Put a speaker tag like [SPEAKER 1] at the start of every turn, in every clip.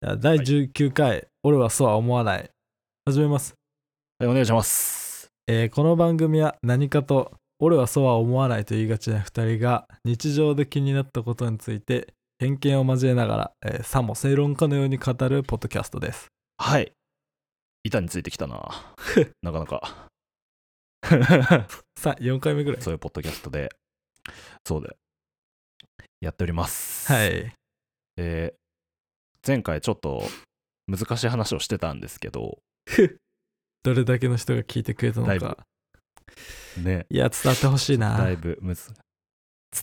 [SPEAKER 1] じゃあ第19回、俺はそうは思わない。始めます。
[SPEAKER 2] はい、お願いします。
[SPEAKER 1] えーこの番組は何かと、俺はそうは思わないと言いがちな2人が、日常で気になったことについて、偏見を交えながら、えーさも正論家のように語るポッドキャストです。
[SPEAKER 2] はい。板についてきた な。なかなか。
[SPEAKER 1] さあ、4回目ぐらい。
[SPEAKER 2] そういうポッドキャストで、そうで、やっております。
[SPEAKER 1] は。い。
[SPEAKER 2] えー前回ちょっと難しい話をしてたんですけど、
[SPEAKER 1] どれだけの人が聞いてくれたの
[SPEAKER 2] だいぶ
[SPEAKER 1] か。
[SPEAKER 2] ね、
[SPEAKER 1] いや、伝わってほしい
[SPEAKER 2] だ
[SPEAKER 1] な。
[SPEAKER 2] いぶむず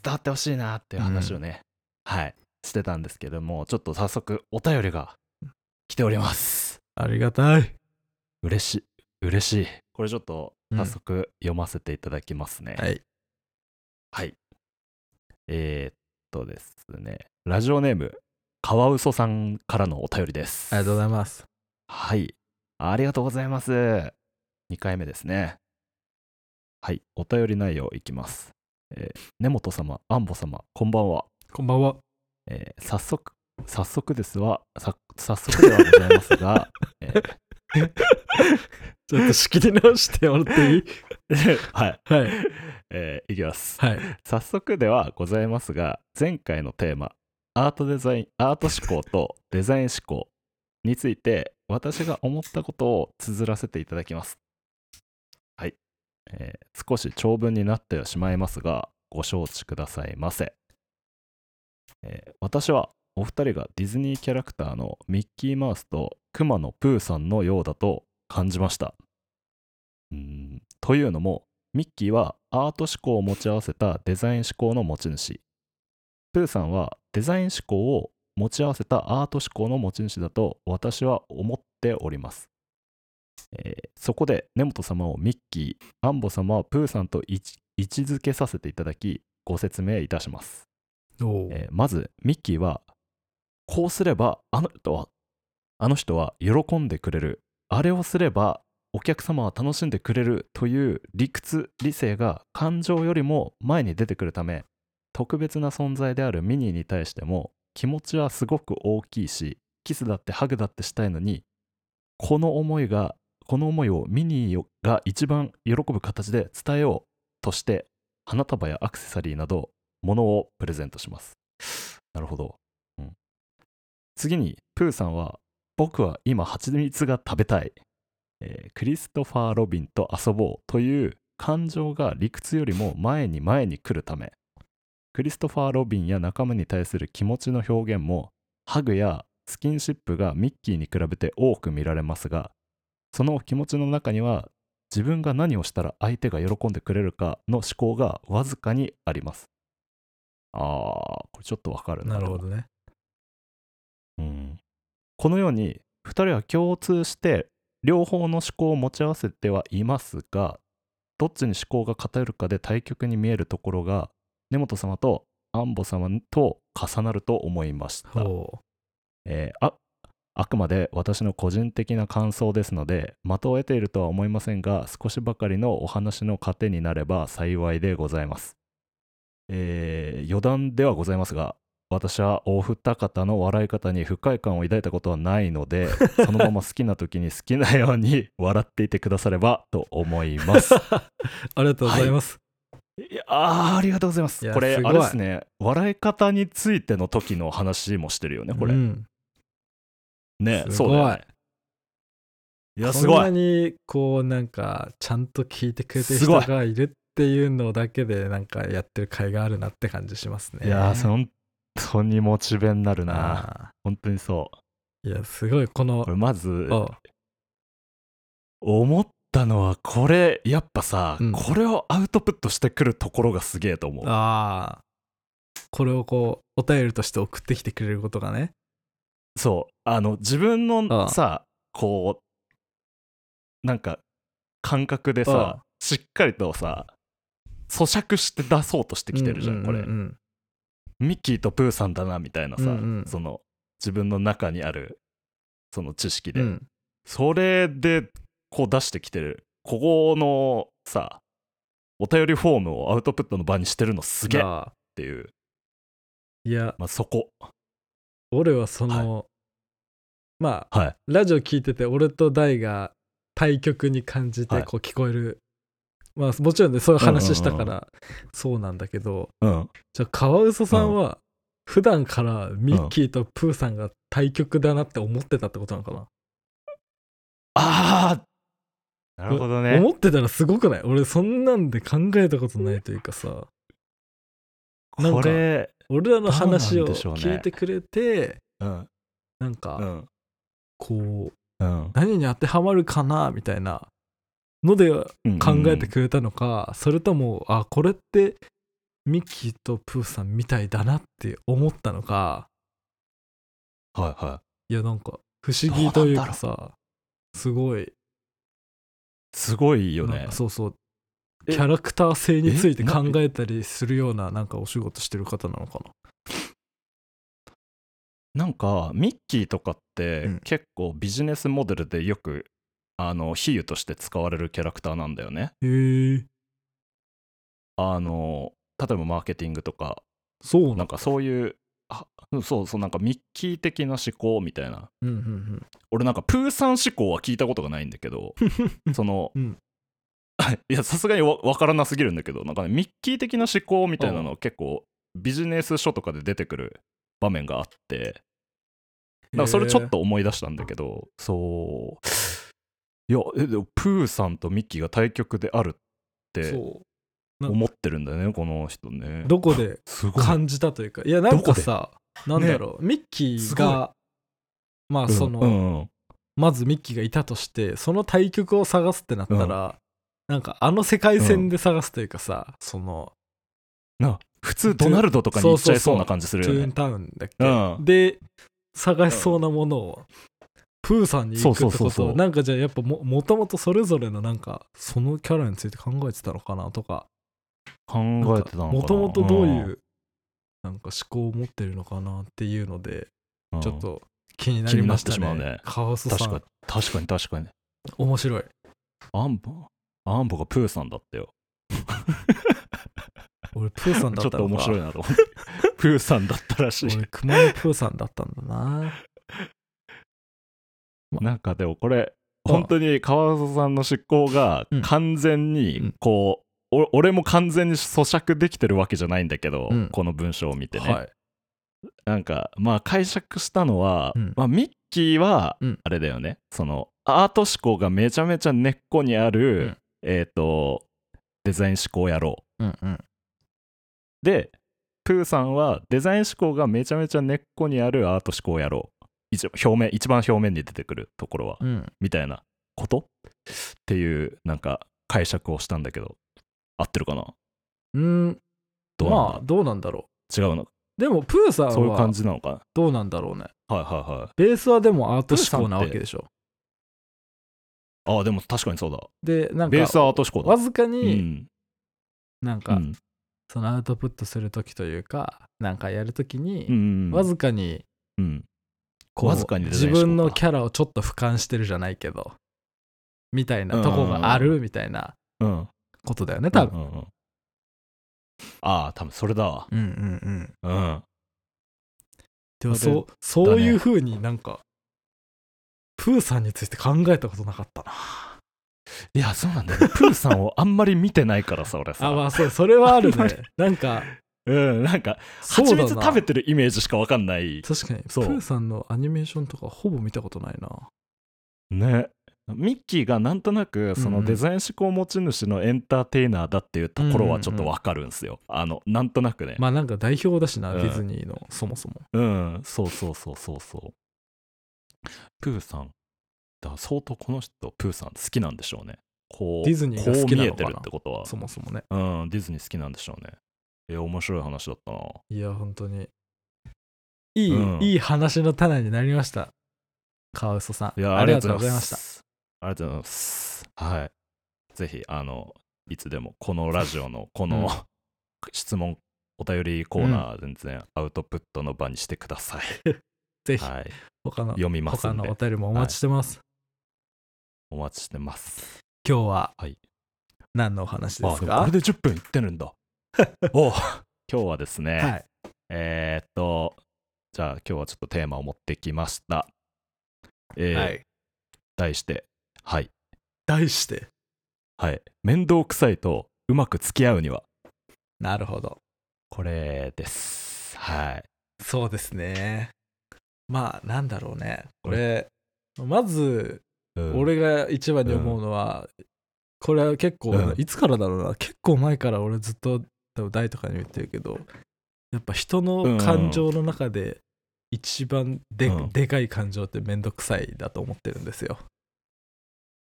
[SPEAKER 2] 伝わってほしいなっていう話をね、はい、してたんですけども、ちょっと早速お便りが来ております。
[SPEAKER 1] ありがたい。
[SPEAKER 2] 嬉しい、嬉しい。これちょっと
[SPEAKER 1] うん
[SPEAKER 2] 早速読ませていただきますね。
[SPEAKER 1] はい。
[SPEAKER 2] はい。えー、っとですね、ラジオネーム、カワウソさんからのお便りです。
[SPEAKER 1] ありがとうございます。
[SPEAKER 2] はい。ありがとうございます。2回目ですね。はい。お便り内容いきます。えー根本様、安保様、こんばんは。
[SPEAKER 1] こんばんは。
[SPEAKER 2] えー早速、早速ですは、さ早速ではございますが、 えー
[SPEAKER 1] ちょっと仕切り直してもらっていい
[SPEAKER 2] はい。
[SPEAKER 1] はい。
[SPEAKER 2] えーいきます。
[SPEAKER 1] はい。
[SPEAKER 2] 早速ではございますが前回のテーマアートデザインアート思考とデザイン思考について私が思ったことを綴らせていただきますはい、えー少し長文になってはしまいますがご承知くださいませ、えー私はお二人がディズニーキャラクターのミッキーマウスとクマのプーさんのようだと感じましたうーんというのもミッキーはアート思考を持ち合わせたデザイン思考の持ち主。プーさんはデザイン思考を持ち合わせたアート思考の持ち主だと私は思っております。えーそこで根本様をミッキー、アンボ様はプーさんと位置位置づけさせていただきご説明いたします。
[SPEAKER 1] おう
[SPEAKER 2] えーまずミッキーはこうすればあの人はあの人は喜んでくれるあれをすればお客様は楽しんでくれるという理屈理性が感情よりも前に出てくるため特別な存在であるミニーに対しても気持ちはすごく大きいしキスだってハグだってしたいのにこの思いがこの思いをミニーが一番喜ぶ形で伝えようとして花束やアクセサリーなど物をプレゼントしますなるほど、うん、次にプーさんは僕は今蜂蜜が食べたい、えークリストファー・ロビンと遊ぼうという感情が理屈よりも前に前に来るためクリストファー・ロビンや仲間に対する気持ちの表現もハグやスキンシップがミッキーに比べて多く見られますがその気持ちの中には自分が何をしたら相手が喜んでくれるかの思考がわずかにありますあーこれちょっとわかる
[SPEAKER 1] なる
[SPEAKER 2] でも
[SPEAKER 1] ほどね。
[SPEAKER 2] うんこのように2人は共通して両方の思考を持ち合わせてはいますがどっちに思考が偏るかで対極に見えるところが根本様と安保様と重なると思いました、
[SPEAKER 1] ほ
[SPEAKER 2] えーああくまで私の個人的な感想ですので的を得ているとは思いませんが少しばかりのお話の糧になれば幸いでございます、えー余談ではございますが私はお二方の笑い方に不快感を抱いたことはないの でそのまま好きな時に好きなように 笑っていてくださればと思います
[SPEAKER 1] う。 ありがとうございます。
[SPEAKER 2] いやあーありがとうございます
[SPEAKER 1] いや
[SPEAKER 2] これ
[SPEAKER 1] すごい
[SPEAKER 2] あれですね笑い方についての時の話もしてるよねこれ、
[SPEAKER 1] うん
[SPEAKER 2] ね
[SPEAKER 1] すごい
[SPEAKER 2] そうだよねいやすご
[SPEAKER 1] こんないにこうなんかちゃんと聞いてくれてる
[SPEAKER 2] す
[SPEAKER 1] 人
[SPEAKER 2] ごい
[SPEAKER 1] がいるっていうのだけでなんかやってる甲斐があるなって感じしますね。
[SPEAKER 2] いやー、本当にモチベになるな。
[SPEAKER 1] な。
[SPEAKER 2] 本当にそ
[SPEAKER 1] いやすごいこ
[SPEAKER 2] う。
[SPEAKER 1] の
[SPEAKER 2] これまず、
[SPEAKER 1] お
[SPEAKER 2] 思ったのは、これ、やっぱさ、
[SPEAKER 1] うん
[SPEAKER 2] これをアウトプットしてくるところがすげえと思う。
[SPEAKER 1] あーこれをこうお便りとして送ってきてくれることがね。
[SPEAKER 2] そう。あの、自分
[SPEAKER 1] ああ
[SPEAKER 2] のさ、こう、なんか、感覚で
[SPEAKER 1] ああ
[SPEAKER 2] さ、しっかりとさ、咀嚼して出そうとしてきてるじゃん、これ
[SPEAKER 1] う。ん
[SPEAKER 2] ミッキーとプーさんだな、みたいなさ、
[SPEAKER 1] うんうん
[SPEAKER 2] その、自分の中にある、その知識
[SPEAKER 1] うんう
[SPEAKER 2] で。
[SPEAKER 1] んうん
[SPEAKER 2] それでこう出してきてるここのさお便りフォームをアウトプットの場にしてるのすげえっ
[SPEAKER 1] あ
[SPEAKER 2] ていう、
[SPEAKER 1] ーいや
[SPEAKER 2] まあ、そこ
[SPEAKER 1] 俺はその、まあ、
[SPEAKER 2] はい
[SPEAKER 1] ラジオ聞いてて俺と大が対極に感じ
[SPEAKER 2] は
[SPEAKER 1] て
[SPEAKER 2] い
[SPEAKER 1] こう聞こえる、まあもちろんねそういう話したからそうなんだけど、
[SPEAKER 2] うん
[SPEAKER 1] じゃあカワウソさんは普段からミッキーとプーさんが対極だなって思ってたってことなのかな、
[SPEAKER 2] ああなるほどね
[SPEAKER 1] 思ってたらすごくない俺そんなんで考えたことないというかさなんか
[SPEAKER 2] これ
[SPEAKER 1] 俺らの話を
[SPEAKER 2] どうなんでしょうね
[SPEAKER 1] 聞いてくれて
[SPEAKER 2] うん
[SPEAKER 1] なん
[SPEAKER 2] う
[SPEAKER 1] か
[SPEAKER 2] ん
[SPEAKER 1] こう
[SPEAKER 2] うん
[SPEAKER 1] 何に当てはまるかなみたいなので
[SPEAKER 2] うん
[SPEAKER 1] 考えてくれたのか、それともあこれってミッキーとプーさんみたいだなって思ったのか
[SPEAKER 2] はいはい
[SPEAKER 1] やなんか不思議というかさすごい
[SPEAKER 2] いすごいよ
[SPEAKER 1] なん
[SPEAKER 2] ね
[SPEAKER 1] かそうそう
[SPEAKER 2] え
[SPEAKER 1] キャラクター性について
[SPEAKER 2] え
[SPEAKER 1] 考
[SPEAKER 2] な
[SPEAKER 1] えたりするようななんかお仕事してる方なのかな
[SPEAKER 2] なんかミッキーとかっ
[SPEAKER 1] う
[SPEAKER 2] て
[SPEAKER 1] ん
[SPEAKER 2] 結構ビジネスモデルでよくあの比喩として使われるキャラクターなんだよね
[SPEAKER 1] へえ
[SPEAKER 2] あの例えばマーケティングとか
[SPEAKER 1] そうな
[SPEAKER 2] なんんかそういうあうんそうそうなんかミッキー的な思考みたいな
[SPEAKER 1] うんうん
[SPEAKER 2] 俺なんかプーさん思考は聞いたことがないんだけ どその、
[SPEAKER 1] うん
[SPEAKER 2] いやさすがにわわからなすぎるんだけどなんかねミッキー的な思考みたいなのは結構ビジネス書とかで出てくる場面があって
[SPEAKER 1] うん
[SPEAKER 2] なんかそれちょっと思い出したんだけど、そういやえでもプーさんとミッキーが対局であるっ
[SPEAKER 1] へえ
[SPEAKER 2] て
[SPEAKER 1] そ
[SPEAKER 2] 思ってるんだよねこの人ね
[SPEAKER 1] うどこです
[SPEAKER 2] ごい
[SPEAKER 1] 感じたというかいやなんかさなん
[SPEAKER 2] で
[SPEAKER 1] だろう、ミッキーがまあ
[SPEAKER 2] うん
[SPEAKER 1] その、
[SPEAKER 2] うんうん
[SPEAKER 1] まずミッキーがいたとしてその対局を探すってなったら、なんかあの世界線で探すというかさ、その
[SPEAKER 2] な普通ドナルドとかに行っちゃいそうな感じす
[SPEAKER 1] ト
[SPEAKER 2] るよ
[SPEAKER 1] ゥー
[SPEAKER 2] ね
[SPEAKER 1] ンタウンだっけ、
[SPEAKER 2] うん
[SPEAKER 1] で探しそうなものを、プーさんに行くってこと
[SPEAKER 2] そうそうそうそう
[SPEAKER 1] なんかじゃあやっぱももともとそれぞれのなんかそのキャラについて考えてたのかなとか
[SPEAKER 2] 考えてたのかな
[SPEAKER 1] もともとどういう、なんか思考を持ってるのかなっていうので、
[SPEAKER 2] うん
[SPEAKER 1] ちょっと気になりました
[SPEAKER 2] 気にな
[SPEAKER 1] ね
[SPEAKER 2] ってしまうね
[SPEAKER 1] カワウソさ
[SPEAKER 2] 確かに
[SPEAKER 1] ん
[SPEAKER 2] 確かに確かに
[SPEAKER 1] 面白い
[SPEAKER 2] アンボアンボがプーさんだったよ
[SPEAKER 1] 俺プーさんだ
[SPEAKER 2] ちょ
[SPEAKER 1] っ
[SPEAKER 2] ったと
[SPEAKER 1] の
[SPEAKER 2] 面
[SPEAKER 1] か
[SPEAKER 2] 白いなと思って プーさんだったらしい
[SPEAKER 1] 俺くまのプーさんだったんだな
[SPEAKER 2] なんかでもこれ
[SPEAKER 1] うん
[SPEAKER 2] 本当に川里さんの執行が
[SPEAKER 1] うん
[SPEAKER 2] 完全にこう、お俺も完全に咀嚼できてるわけじゃないんだけど、
[SPEAKER 1] うん
[SPEAKER 2] この文章を見てね、
[SPEAKER 1] はい
[SPEAKER 2] なんかまあ解釈したのは、
[SPEAKER 1] うん
[SPEAKER 2] まあ、ミッキーは
[SPEAKER 1] うん
[SPEAKER 2] あれだよね、そのアート思考がめちゃめちゃ根っこにある、
[SPEAKER 1] うん
[SPEAKER 2] えっ、とデザイン思考野郎
[SPEAKER 1] うんうん
[SPEAKER 2] でプーさんはデザイン思考がめちゃめちゃ根っこにあるアート思考やろう一表面一番表面に出てくるところは、
[SPEAKER 1] うん
[SPEAKER 2] みたいなことっていうなんか解釈をしたんだけど合ってるかな
[SPEAKER 1] うん
[SPEAKER 2] どうなん
[SPEAKER 1] まあどうなんだろ
[SPEAKER 2] だ、違うの
[SPEAKER 1] うでもプーさん
[SPEAKER 2] そういう
[SPEAKER 1] は
[SPEAKER 2] 感じなのか
[SPEAKER 1] どうなんだろうね
[SPEAKER 2] なはいはいはい
[SPEAKER 1] ベースはでもアート思考なわけでしょ
[SPEAKER 2] ああでも確かにそうだ
[SPEAKER 1] でなんか
[SPEAKER 2] ベースはアート思考だ
[SPEAKER 1] わずか
[SPEAKER 2] う
[SPEAKER 1] に
[SPEAKER 2] ん
[SPEAKER 1] なん
[SPEAKER 2] う
[SPEAKER 1] か
[SPEAKER 2] ん
[SPEAKER 1] そのアウトプットするときというかなんかやるとき
[SPEAKER 2] う
[SPEAKER 1] に
[SPEAKER 2] ん
[SPEAKER 1] わずかに
[SPEAKER 2] うん
[SPEAKER 1] こう
[SPEAKER 2] わずかにデ
[SPEAKER 1] 自
[SPEAKER 2] ザイン思考か
[SPEAKER 1] 分のキャラをちょっと俯瞰してるじゃないけどみたいなとこがあるみたいな
[SPEAKER 2] うん
[SPEAKER 1] ことだよね多
[SPEAKER 2] う
[SPEAKER 1] 分
[SPEAKER 2] んうんうんああ多分それだわ
[SPEAKER 1] うんうんうん
[SPEAKER 2] うん
[SPEAKER 1] でも
[SPEAKER 2] それ
[SPEAKER 1] そうそういうふうになんか、プーさんについて考えたことなかったな。
[SPEAKER 2] いやそうなんだよね プーさんをあんまり見てないからさ俺さ
[SPEAKER 1] あ、まあ そう、それはある
[SPEAKER 2] あんま
[SPEAKER 1] ね
[SPEAKER 2] り。
[SPEAKER 1] なんか、
[SPEAKER 2] うん、なんか、
[SPEAKER 1] そう
[SPEAKER 2] 蜂
[SPEAKER 1] だ
[SPEAKER 2] 蜜
[SPEAKER 1] な
[SPEAKER 2] 食べてるイメージしかわかんない。
[SPEAKER 1] 確かに、プ
[SPEAKER 2] そう
[SPEAKER 1] ーさんのアニメーションとかほぼ見たことないな。
[SPEAKER 2] ね。ミッキーがなんとなくそ
[SPEAKER 1] うんう
[SPEAKER 2] の
[SPEAKER 1] ん
[SPEAKER 2] デザイン思考持ち主のエンターテイナーだっていうところはちょっとわかるんすよ。あのなんとなくね。
[SPEAKER 1] まあなんか代表だしな、
[SPEAKER 2] うん
[SPEAKER 1] ディズニーの、そもそも。
[SPEAKER 2] うんそうそうそうそうそう。プーさんだ相当この人プーさん好きなんでしょうね。こう
[SPEAKER 1] ディズニーが好きなのかな
[SPEAKER 2] こう見えてるってことは
[SPEAKER 1] そもそもね。
[SPEAKER 2] うんディズニー好きなんでしょうね。え面白い話だったな。
[SPEAKER 1] いや、本当に。いい、
[SPEAKER 2] うん
[SPEAKER 1] いい話の種になりました。カワウソさん。
[SPEAKER 2] いや
[SPEAKER 1] ありがとうございました。
[SPEAKER 2] た。ありがとうございます。はい。ぜひ、あの、いつでも、このラジオの、この、
[SPEAKER 1] うん
[SPEAKER 2] 質問、お便りコーナー、全然アウトプットの場にしてください。
[SPEAKER 1] ぜひ、
[SPEAKER 2] はい。
[SPEAKER 1] 他の、
[SPEAKER 2] 読みます
[SPEAKER 1] 他
[SPEAKER 2] ん
[SPEAKER 1] のお
[SPEAKER 2] で、
[SPEAKER 1] 便りもお待ちしてます。
[SPEAKER 2] お待ちしてます。
[SPEAKER 1] 今日は、
[SPEAKER 2] はい
[SPEAKER 1] 何のお話で
[SPEAKER 2] あ、
[SPEAKER 1] す
[SPEAKER 2] で
[SPEAKER 1] か
[SPEAKER 2] もこれで10分いってるん だ。お今日はですね、
[SPEAKER 1] はい。
[SPEAKER 2] えーっと、じゃあ今日はちょっとテーマを持ってきました。えー
[SPEAKER 1] はい。
[SPEAKER 2] 題して、はい、
[SPEAKER 1] 題して。
[SPEAKER 2] はい、面倒くさいとうまく付き合うには、
[SPEAKER 1] なるほど。
[SPEAKER 2] これです。はい。
[SPEAKER 1] そうですね。まあ、なんだろうね。これ、まず、
[SPEAKER 2] うん、
[SPEAKER 1] 俺が一番に思うのは、これは結構、
[SPEAKER 2] うん
[SPEAKER 1] いつからだろうな、結構前から俺ずっと、多分大とかにも言ってるけど、やっぱ人の感情の中で、一番で,、
[SPEAKER 2] うん
[SPEAKER 1] でかい感情ってめんどくさいだと思ってるんですよ。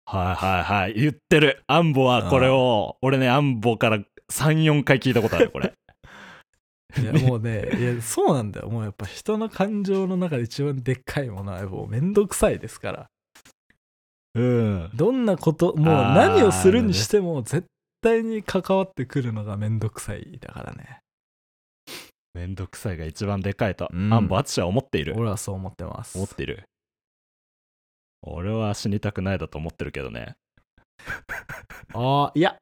[SPEAKER 2] はいはいはい言ってるアンボはこれを俺ねアンボから34回聞いたことあるこ れ
[SPEAKER 1] いやもうね、いやそうなんだよ。もうやっぱ人の感情の中で一番でっかいものはもうめんどくさいですから。
[SPEAKER 2] うん
[SPEAKER 1] どんなこと、もう
[SPEAKER 2] あー
[SPEAKER 1] 何をするにしても絶対に関わってくるのがめんどくさいだからね。
[SPEAKER 2] めんどくさいが一番でかいと、
[SPEAKER 1] うん
[SPEAKER 2] アンボ淳は思っている
[SPEAKER 1] 俺はそう思ってます。
[SPEAKER 2] 思っている俺は死にたくないだと思ってるけどね
[SPEAKER 1] ああ、いや、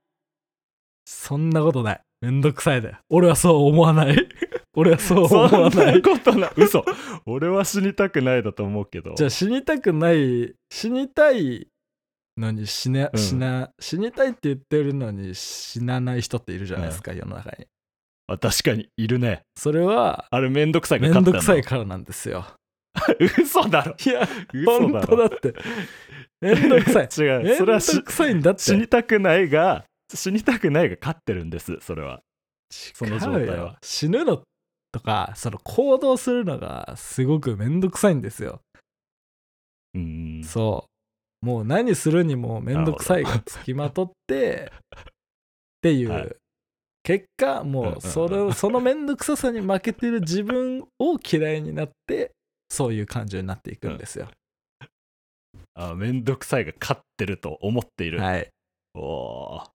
[SPEAKER 1] そんなことない。めんどくさいだよ。俺はそう思わ ない。俺は そう思
[SPEAKER 2] そ
[SPEAKER 1] わ
[SPEAKER 2] ん
[SPEAKER 1] な。
[SPEAKER 2] ないことない 嘘俺は死にたくないだと思うけど
[SPEAKER 1] じゃあ死にたくない、死にたいのに死な、
[SPEAKER 2] うん
[SPEAKER 1] 死な、死にたいって言ってるのに死なない人っているじゃないですか、世の中に。
[SPEAKER 2] あ確かにいるね
[SPEAKER 1] それは、
[SPEAKER 2] あれめんどくさいが
[SPEAKER 1] めん
[SPEAKER 2] 勝っ
[SPEAKER 1] ど
[SPEAKER 2] たんだ
[SPEAKER 1] くさいからなんですよ。
[SPEAKER 2] 嘘だろ
[SPEAKER 1] いや、
[SPEAKER 2] 嘘
[SPEAKER 1] 本
[SPEAKER 2] だ
[SPEAKER 1] 当だ
[SPEAKER 2] ろ。
[SPEAKER 1] って。めんどくさい
[SPEAKER 2] 違う
[SPEAKER 1] めん
[SPEAKER 2] それ
[SPEAKER 1] ど
[SPEAKER 2] は
[SPEAKER 1] く
[SPEAKER 2] し
[SPEAKER 1] さいんだって。
[SPEAKER 2] 死にたくないが死にたくないが勝ってるんですそれは
[SPEAKER 1] そ
[SPEAKER 2] の
[SPEAKER 1] の
[SPEAKER 2] 状
[SPEAKER 1] 状
[SPEAKER 2] 態は
[SPEAKER 1] 態は死ぬのとかその行動するのがすごくめんどくさいんですよ、
[SPEAKER 2] うん
[SPEAKER 1] そうもう何するにもめんどくさいがつきまとってっていう、
[SPEAKER 2] はい
[SPEAKER 1] 結果
[SPEAKER 2] うんうん
[SPEAKER 1] も
[SPEAKER 2] うん
[SPEAKER 1] うそれそのめんどくささに負けてる自分を嫌いになってそういう感情になっていくんですよ、
[SPEAKER 2] あめんどくさいが勝ってると思っている、
[SPEAKER 1] はい
[SPEAKER 2] おー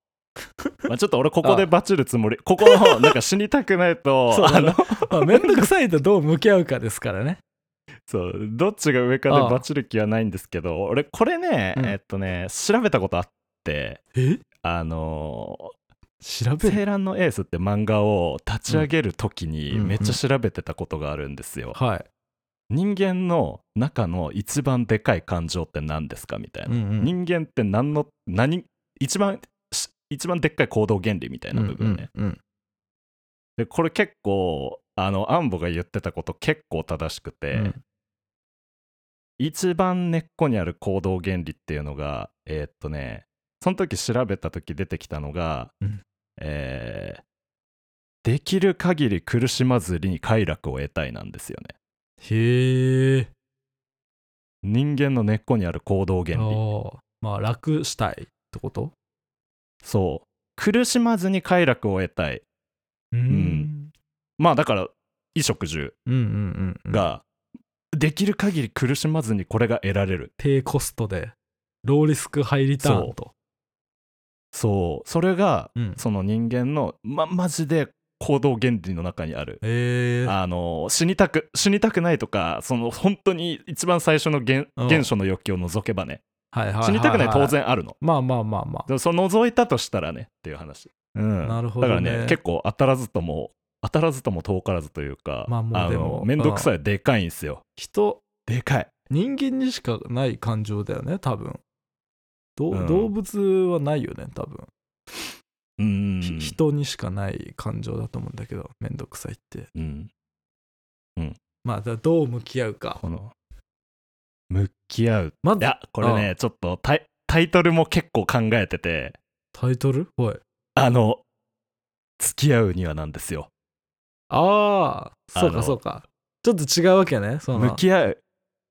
[SPEAKER 2] まあちょっと俺ここでバチるつもりここのなんか死にたくないと
[SPEAKER 1] そう
[SPEAKER 2] あ
[SPEAKER 1] だ
[SPEAKER 2] の
[SPEAKER 1] なまあめんどくさいとどう向き合うかですからね
[SPEAKER 2] そうどっちが上かで
[SPEAKER 1] ああ
[SPEAKER 2] バチる気はないんですけど俺これね、
[SPEAKER 1] うん
[SPEAKER 2] えっとね調べたことあって
[SPEAKER 1] え
[SPEAKER 2] あの
[SPEAKER 1] 調べ
[SPEAKER 2] 「
[SPEAKER 1] る
[SPEAKER 2] セーランのエース」って漫画を立ち上げる時に
[SPEAKER 1] うんうん
[SPEAKER 2] めっちゃ調べてたことがあるんですよ、
[SPEAKER 1] はい、
[SPEAKER 2] 人間の中の一番でかい感情って何ですかみたいな、
[SPEAKER 1] うんうん
[SPEAKER 2] 人間って何の何一番し一番でっかい行動原理みたいな部分ね、
[SPEAKER 1] うんうん
[SPEAKER 2] でこれ結構あのアンボが言ってたこと結構正しくて、
[SPEAKER 1] うん
[SPEAKER 2] 一番根っこにある行動原理っていうのがえーっとねその時調べた時出てきたのが、
[SPEAKER 1] うん
[SPEAKER 2] えーできる限り苦しまずに快楽を得たいなんですよね
[SPEAKER 1] へえ
[SPEAKER 2] 人間の根っこにある行動原理
[SPEAKER 1] ああまあ楽したいってこと
[SPEAKER 2] そう苦しまずに快楽を得たい
[SPEAKER 1] うん
[SPEAKER 2] まあだから衣食住
[SPEAKER 1] うんうんうん
[SPEAKER 2] が、できる限り苦しまずにこれが得られる
[SPEAKER 1] 低コストでローリスクハイリターンと
[SPEAKER 2] そうそれが
[SPEAKER 1] うん
[SPEAKER 2] その人間のまマジで行動原理の中にある、
[SPEAKER 1] えー、
[SPEAKER 2] あの死にたく死にたくないとかその本当に一番最初の原
[SPEAKER 1] うん
[SPEAKER 2] 原初の欲求を除けばね
[SPEAKER 1] はいはいはいは
[SPEAKER 2] 死にたくない当然あるの、
[SPEAKER 1] まあまあまあまあ
[SPEAKER 2] でもその除いたとしたらねっていう話、うん
[SPEAKER 1] なるほどね
[SPEAKER 2] だからね結構当たらずとも当たらずとも遠からずというか、
[SPEAKER 1] まあもうでも
[SPEAKER 2] のめんどくさいでかいんすよ、
[SPEAKER 1] 人
[SPEAKER 2] でかい
[SPEAKER 1] 人間にしかない感情だよね多分ど、
[SPEAKER 2] うん
[SPEAKER 1] 動物はないよね多分、
[SPEAKER 2] うん
[SPEAKER 1] ひ人にしかない感情だと思うんだけどめんどくさいって
[SPEAKER 2] うん
[SPEAKER 1] まあだからどう向き合うか
[SPEAKER 2] この向き合う
[SPEAKER 1] ま
[SPEAKER 2] い
[SPEAKER 1] ず
[SPEAKER 2] やこれねちょっとタイタイトルも結構考えてて
[SPEAKER 1] タイトルはい
[SPEAKER 2] あの付き合うにはなんですよ
[SPEAKER 1] ああそう
[SPEAKER 2] あの
[SPEAKER 1] かそうかちょっと違うわけねその
[SPEAKER 2] 向き合う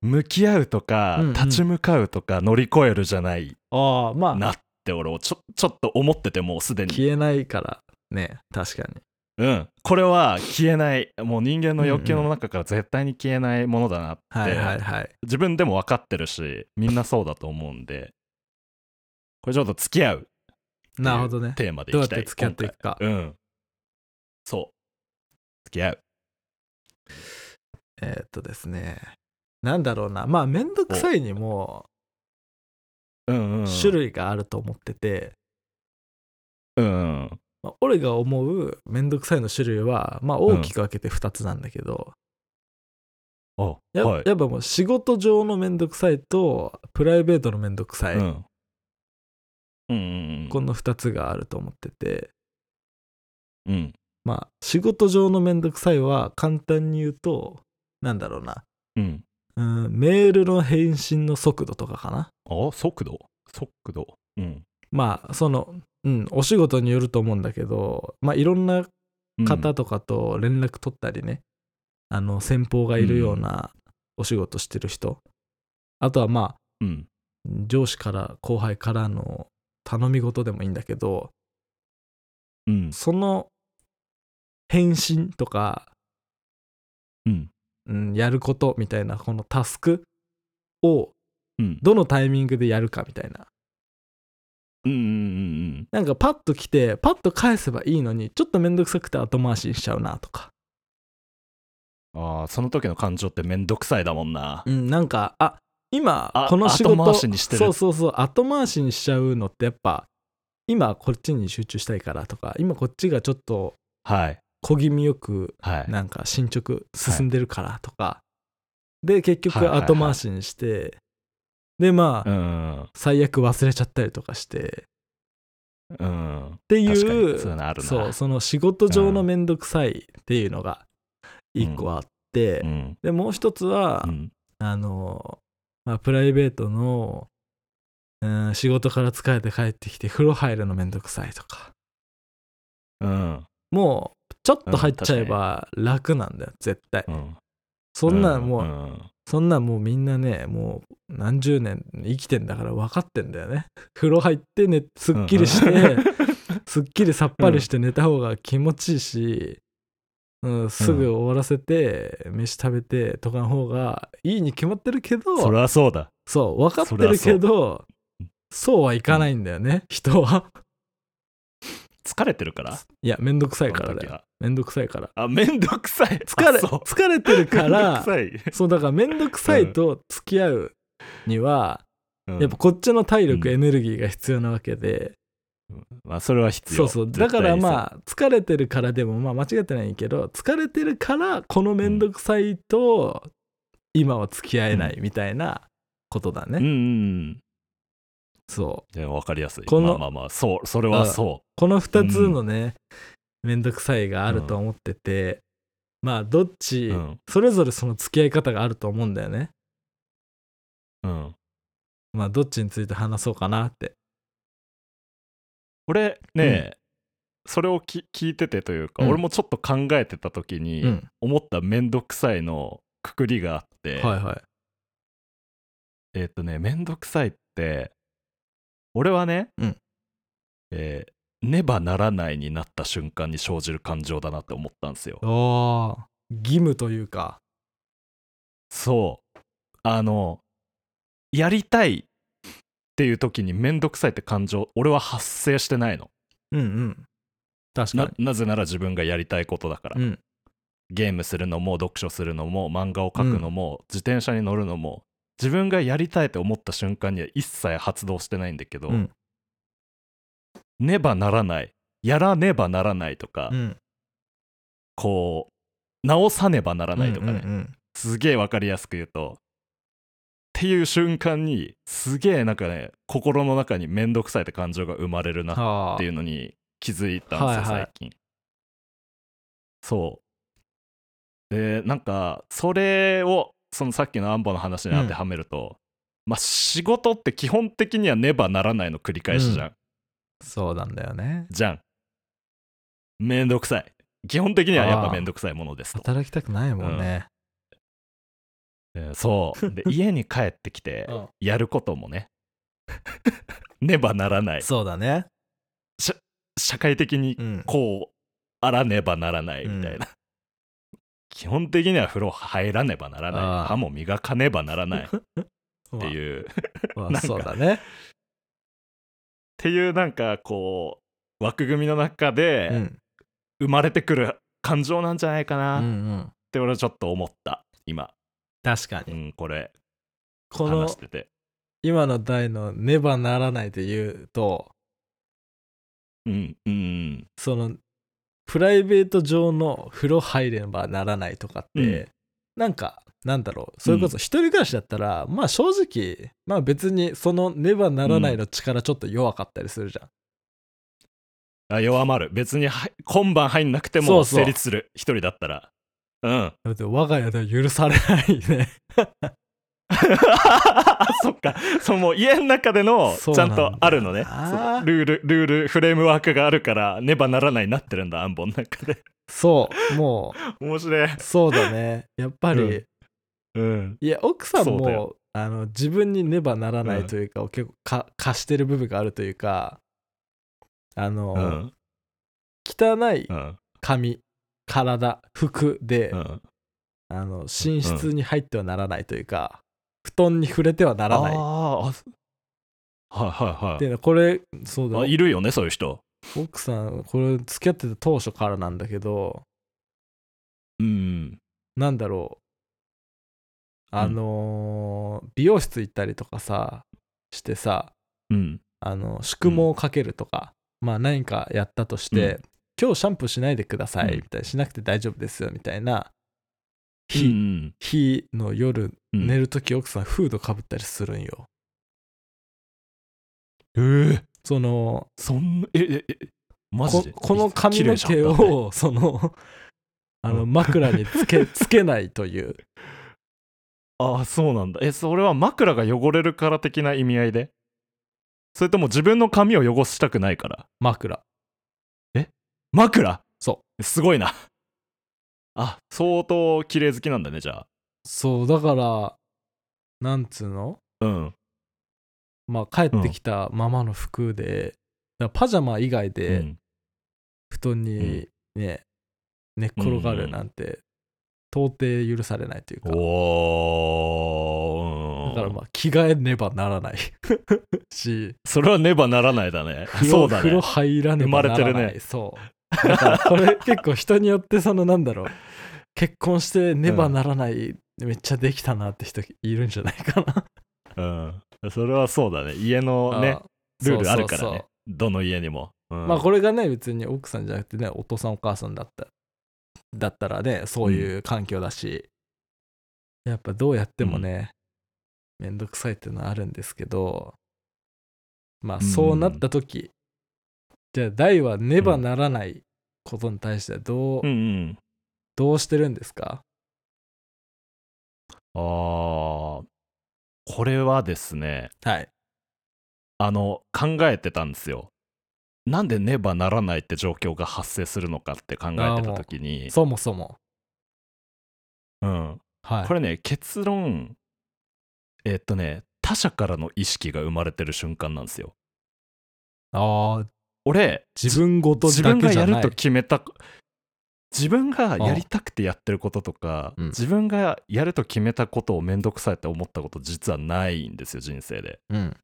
[SPEAKER 2] 向き合うとか、
[SPEAKER 1] うんうん
[SPEAKER 2] 立ち向かうとか乗り越えるじゃない
[SPEAKER 1] ああまあ
[SPEAKER 2] なって俺をちょちょっと思っててもうすでに
[SPEAKER 1] 消えないからね確かに
[SPEAKER 2] うんこれは消えないもう人間の欲求の中から絶対に消えないものだなって、
[SPEAKER 1] はいはいはい
[SPEAKER 2] 自分でも分かってるしみんなそうだと思うんでこれちょっと付き合うっていう
[SPEAKER 1] なるほどね
[SPEAKER 2] テーマで
[SPEAKER 1] どう
[SPEAKER 2] い
[SPEAKER 1] や
[SPEAKER 2] き
[SPEAKER 1] った
[SPEAKER 2] い
[SPEAKER 1] て付き合っていくか、
[SPEAKER 2] 今回うんそう付き合う
[SPEAKER 1] えーっとですねなんだろうなまあ面倒くさいにも
[SPEAKER 2] うんうん
[SPEAKER 1] 種類があると思ってて、
[SPEAKER 2] うんうん
[SPEAKER 1] まあ俺が思う面倒くさいの種類はまあ大きく分けて2つなんだけど、
[SPEAKER 2] あ
[SPEAKER 1] や,、
[SPEAKER 2] はい
[SPEAKER 1] やっぱもう仕事上のめんどくさいとプライベートのめんどくさい、
[SPEAKER 2] うんうんうん
[SPEAKER 1] この2つがあると思ってて
[SPEAKER 2] うんうん
[SPEAKER 1] まあ仕事上のめんどくさいは簡単に言うとなんだろうな
[SPEAKER 2] うん
[SPEAKER 1] うんメールの返信の速度とかかな
[SPEAKER 2] あ速度速度うん
[SPEAKER 1] まあそのうんお仕事によると思うんだけどまあいろんな
[SPEAKER 2] うん
[SPEAKER 1] 方とかと連絡取ったりね、あの先方がいるようなお仕事してる人、あとはまあ
[SPEAKER 2] うん
[SPEAKER 1] 上司から後輩からの頼み事でもいいんだけど
[SPEAKER 2] うん
[SPEAKER 1] その返信とか、
[SPEAKER 2] うん
[SPEAKER 1] うん、やることみたいなこのタスクを
[SPEAKER 2] うん
[SPEAKER 1] どのタイミングでやるかみたいな
[SPEAKER 2] うんうんうん
[SPEAKER 1] なんかパッと来てパッと返せばいいのにちょっとめんどくさくて後回しにしちゃうなとか、
[SPEAKER 2] うんあーその時の感情ってめんどくさいだもんな
[SPEAKER 1] うん、なんかあ今
[SPEAKER 2] あ
[SPEAKER 1] この仕事
[SPEAKER 2] 後回しにしてる
[SPEAKER 1] そうそうそう後回しにしちゃうのってやっぱ今こっちに集中したいからとか今こっちがちょっと
[SPEAKER 2] はい
[SPEAKER 1] 小気味よく
[SPEAKER 2] はい
[SPEAKER 1] なんか進捗進んでるからとか、で結
[SPEAKER 2] はい
[SPEAKER 1] 局
[SPEAKER 2] はいはい
[SPEAKER 1] 後回しにして、でまあ、
[SPEAKER 2] うん
[SPEAKER 1] 最悪忘れちゃったりとかして
[SPEAKER 2] うん
[SPEAKER 1] ってい
[SPEAKER 2] 確か
[SPEAKER 1] う
[SPEAKER 2] にそういうのあるな
[SPEAKER 1] そうその仕事上のめんどくさいっていうのが一個あって、
[SPEAKER 2] うん
[SPEAKER 1] でもう一つは、
[SPEAKER 2] うん
[SPEAKER 1] あの、まあ、プライベートの、うん、仕事から疲れて帰ってきて風呂入るのめんどくさいとか
[SPEAKER 2] うん
[SPEAKER 1] もうちょっと入っちゃえば楽なんだよ絶対、
[SPEAKER 2] うん
[SPEAKER 1] そんなんもう、
[SPEAKER 2] うん
[SPEAKER 1] そんなんもうみんなねもう何十年生きてんだから分かってんだよね 風呂入ってねすっきりして、 すっきりさっぱりして寝た方が気持ちいいし、うん、すぐ終わらせて飯食べてとかの方がいいに決まってるけど
[SPEAKER 2] そりゃそうだ
[SPEAKER 1] そう、分かってるけ
[SPEAKER 2] そり
[SPEAKER 1] ど、そうはいかないんだよね、人は。
[SPEAKER 2] 疲れてるから
[SPEAKER 1] いや、めんどくさい
[SPEAKER 2] こ
[SPEAKER 1] か
[SPEAKER 2] の
[SPEAKER 1] ら
[SPEAKER 2] 時
[SPEAKER 1] だよ。
[SPEAKER 2] は
[SPEAKER 1] めんどくさいから。
[SPEAKER 2] あめんどくさい
[SPEAKER 1] 疲れ、
[SPEAKER 2] あそう
[SPEAKER 1] 疲れてるか
[SPEAKER 2] めんど
[SPEAKER 1] ら
[SPEAKER 2] く、さい
[SPEAKER 1] そう、だからめんどくさいと付き合うには、
[SPEAKER 2] うん
[SPEAKER 1] やっぱこっちの体力、
[SPEAKER 2] うん
[SPEAKER 1] エネルギーが必要なわけで、
[SPEAKER 2] まあそれは必
[SPEAKER 1] そ
[SPEAKER 2] 要
[SPEAKER 1] うそう、だから
[SPEAKER 2] あ
[SPEAKER 1] まあ、疲れてるからでも、まあ間違ってないけど、疲れてるから、このめんどくさいと、今は付き合えないみたいなことだね。
[SPEAKER 2] うんうん
[SPEAKER 1] そう。
[SPEAKER 2] うん分かりやすい
[SPEAKER 1] この
[SPEAKER 2] まあまあまあそうそれはそ
[SPEAKER 1] この2つのね、めんどくさいがあると思ってて、まあどっ
[SPEAKER 2] う
[SPEAKER 1] ち、
[SPEAKER 2] うん
[SPEAKER 1] それぞれその付き合い方があると思うんだよね。
[SPEAKER 2] うん
[SPEAKER 1] まあどっちについて話そうかなって。
[SPEAKER 2] 俺ねそれをき聞いててというか
[SPEAKER 1] うん
[SPEAKER 2] 俺もちょっと考えてた時
[SPEAKER 1] う
[SPEAKER 2] に
[SPEAKER 1] ん。
[SPEAKER 2] 思っためんどくさいのくくりがあって
[SPEAKER 1] はいはい。
[SPEAKER 2] えーっとね、めんどくさいって、俺はね、
[SPEAKER 1] うん
[SPEAKER 2] えーねばならないになった瞬間に生じる感情だなって思ったんですよ。
[SPEAKER 1] ああ、義務というか。
[SPEAKER 2] そう。あの、やりたいっていう時にめんどくさいって感情、俺は発生してないの。
[SPEAKER 1] うんうん。確か
[SPEAKER 2] ななぜなら自分がやりたいことだから。
[SPEAKER 1] に。うん。
[SPEAKER 2] ゲームするのも、読書するのも、漫画を描くのも、自転車に乗るのも、自分がやりたいと思った瞬間には一切発動してないんだけど、
[SPEAKER 1] うん
[SPEAKER 2] ねばならない、やらねばならないとか、
[SPEAKER 1] うん。
[SPEAKER 2] こう、直さねばならないとかね、
[SPEAKER 1] うんうん
[SPEAKER 2] すげえわかりやすく言うと、っていう瞬間に、すげえなんかね、心の中にめんどくさいって感情が生まれるな
[SPEAKER 1] はあ。
[SPEAKER 2] っていうのに気づいたんですよ、
[SPEAKER 1] はいはい
[SPEAKER 2] 最近。そう。で、なんか、それを、そのさっきのアンボの話に当てはめると、まあ、仕事って基本的にはねばならないの繰り返しじゃん。
[SPEAKER 1] そうなんだよね。
[SPEAKER 2] じゃん。めんどくさい。基本的にはやっぱめんどくさいものですと。
[SPEAKER 1] 働きたくないもんね。
[SPEAKER 2] えーそう。 で、家に帰ってきて、
[SPEAKER 1] うん
[SPEAKER 2] やることもね、 ねばならない。
[SPEAKER 1] そうだね。
[SPEAKER 2] 社会的に
[SPEAKER 1] うん。
[SPEAKER 2] こうあらねばならないみたいな、基本的には風呂入らねばなら
[SPEAKER 1] あ
[SPEAKER 2] な
[SPEAKER 1] あ
[SPEAKER 2] い歯も磨かねばな らないっ
[SPEAKER 1] ってう。
[SPEAKER 2] いうっ
[SPEAKER 1] まあ
[SPEAKER 2] なんか
[SPEAKER 1] そうだね。
[SPEAKER 2] ていうなんかこう枠組みの中
[SPEAKER 1] う
[SPEAKER 2] で
[SPEAKER 1] ん。
[SPEAKER 2] 生まれてくる感情なんじゃないか
[SPEAKER 1] う
[SPEAKER 2] なっ
[SPEAKER 1] んうん。
[SPEAKER 2] て俺はちょっと思った今、
[SPEAKER 1] 確か
[SPEAKER 2] う
[SPEAKER 1] に。
[SPEAKER 2] ん、これ
[SPEAKER 1] この
[SPEAKER 2] 話してて、
[SPEAKER 1] 今の題の「ねばならない」で言うと
[SPEAKER 2] うんうん
[SPEAKER 1] そのプライベート上の風呂入ればならないとかって、
[SPEAKER 2] うん
[SPEAKER 1] なんかなんだろうそれこそ一人暮らしだったら、まあ正直まあ別にそのねばならないの力ちょっと弱かったりするじゃん、
[SPEAKER 2] あ弱まる別にはい今晩入んなくて
[SPEAKER 1] そ
[SPEAKER 2] も
[SPEAKER 1] うそう
[SPEAKER 2] 成立する一人だったらうん
[SPEAKER 1] だって我が家では許されないね
[SPEAKER 2] そっかそのもう家の中での
[SPEAKER 1] そう
[SPEAKER 2] ちゃ
[SPEAKER 1] なん
[SPEAKER 2] ん
[SPEAKER 1] だ
[SPEAKER 2] とあるのね
[SPEAKER 1] あー
[SPEAKER 2] そうルールルールフレームワークがあるからねばならないなってるんだアンボの中で
[SPEAKER 1] そうも
[SPEAKER 2] 面白いう
[SPEAKER 1] そうだねやっぱり、
[SPEAKER 2] うんうん
[SPEAKER 1] いや奥さん
[SPEAKER 2] そうだ
[SPEAKER 1] も
[SPEAKER 2] よ
[SPEAKER 1] あの自分にねばならな
[SPEAKER 2] う
[SPEAKER 1] い
[SPEAKER 2] ん
[SPEAKER 1] というか、結構か貸してる部分があるというかあの、
[SPEAKER 2] うん
[SPEAKER 1] 汚い
[SPEAKER 2] うん
[SPEAKER 1] 髪体服で、
[SPEAKER 2] うん
[SPEAKER 1] あの寝室に入ってはならないというか、布団に触れてはならないっ
[SPEAKER 2] あーあすはいはい
[SPEAKER 1] ていうのはこれそうだ
[SPEAKER 2] はいあいるよねそういう人
[SPEAKER 1] 奥さんこれ付き合ってた当初からなんだけど
[SPEAKER 2] うん
[SPEAKER 1] なんだろうあのー美容室行ったりとかさしてさ
[SPEAKER 2] うん
[SPEAKER 1] あの宿毛をかけるとか、まあ何かやったとして、
[SPEAKER 2] う
[SPEAKER 1] 今日シャンプーしないでください
[SPEAKER 2] うん
[SPEAKER 1] みたいなしなくて大丈夫ですよみたいな
[SPEAKER 2] う
[SPEAKER 1] 日,、
[SPEAKER 2] ん
[SPEAKER 1] 日の夜
[SPEAKER 2] うん
[SPEAKER 1] 寝るとき奥さんフードかぶったりするんよ
[SPEAKER 2] えー
[SPEAKER 1] その
[SPEAKER 2] そんなえええマジ
[SPEAKER 1] こ
[SPEAKER 2] で
[SPEAKER 1] この髪の
[SPEAKER 2] 綺
[SPEAKER 1] 毛
[SPEAKER 2] 麗じゃんだって
[SPEAKER 1] を そのあの
[SPEAKER 2] うん
[SPEAKER 1] 枕につけつけないという
[SPEAKER 2] ああそうなんだえそれは枕が汚れるから的な意味合いでそれとも自分の髪を汚したくないから
[SPEAKER 1] 枕
[SPEAKER 2] 枕
[SPEAKER 1] そう
[SPEAKER 2] すごいなあ相当綺麗好きなんだねじゃあ
[SPEAKER 1] そうだからなんつうの
[SPEAKER 2] うん
[SPEAKER 1] まあ帰ってきたままの服で、だからパジャマ以外で、
[SPEAKER 2] うん
[SPEAKER 1] 布団にね、寝っ転がるなんて、到底許されないというか、
[SPEAKER 2] お
[SPEAKER 1] だ
[SPEAKER 2] ー
[SPEAKER 1] から
[SPEAKER 2] うん
[SPEAKER 1] まあ着替えねばならない し
[SPEAKER 2] それはねばならない だね
[SPEAKER 1] 風呂
[SPEAKER 2] そうだ
[SPEAKER 1] 風呂
[SPEAKER 2] ね
[SPEAKER 1] 入らねばならない
[SPEAKER 2] 生まれてる
[SPEAKER 1] そうだからこれ結構人によってそのなんだろう結婚してねばならない、めっちゃできたなって人いるんじゃないかな
[SPEAKER 2] うんそれはそうだね家のねルールあるからね
[SPEAKER 1] そうそうそ
[SPEAKER 2] どの家にも、うん
[SPEAKER 1] うまあこれがね別に奥さんじゃなくてねお父さんお母さんだっただったらねそういう環境だし、やっぱどうやってもね、めんどくさいっていうのはあるんですけどまあ
[SPEAKER 2] うん
[SPEAKER 1] そうなった時、じゃあ大はねばならないことに対してはどう、
[SPEAKER 2] うんうん
[SPEAKER 1] どうしてるんですか
[SPEAKER 2] あーこれはですね
[SPEAKER 1] はい
[SPEAKER 2] あの考えてたんですよなんでねばならないって状況が発生するのかって考えてた時に、
[SPEAKER 1] そもそも
[SPEAKER 2] うん、
[SPEAKER 1] はい
[SPEAKER 2] これね結論えっとね他者からの意識が生まれてる瞬間なんですよ
[SPEAKER 1] ああ
[SPEAKER 2] 俺
[SPEAKER 1] 自分ごと
[SPEAKER 2] 自
[SPEAKER 1] だ
[SPEAKER 2] 分
[SPEAKER 1] け
[SPEAKER 2] が
[SPEAKER 1] じ
[SPEAKER 2] や
[SPEAKER 1] ゃ
[SPEAKER 2] る
[SPEAKER 1] ない
[SPEAKER 2] と決めた自分がやりたくてやってることとか、
[SPEAKER 1] うん
[SPEAKER 2] 自分がやると決めたことをめんどくさいって思ったこと実はないんですよ人生で
[SPEAKER 1] うん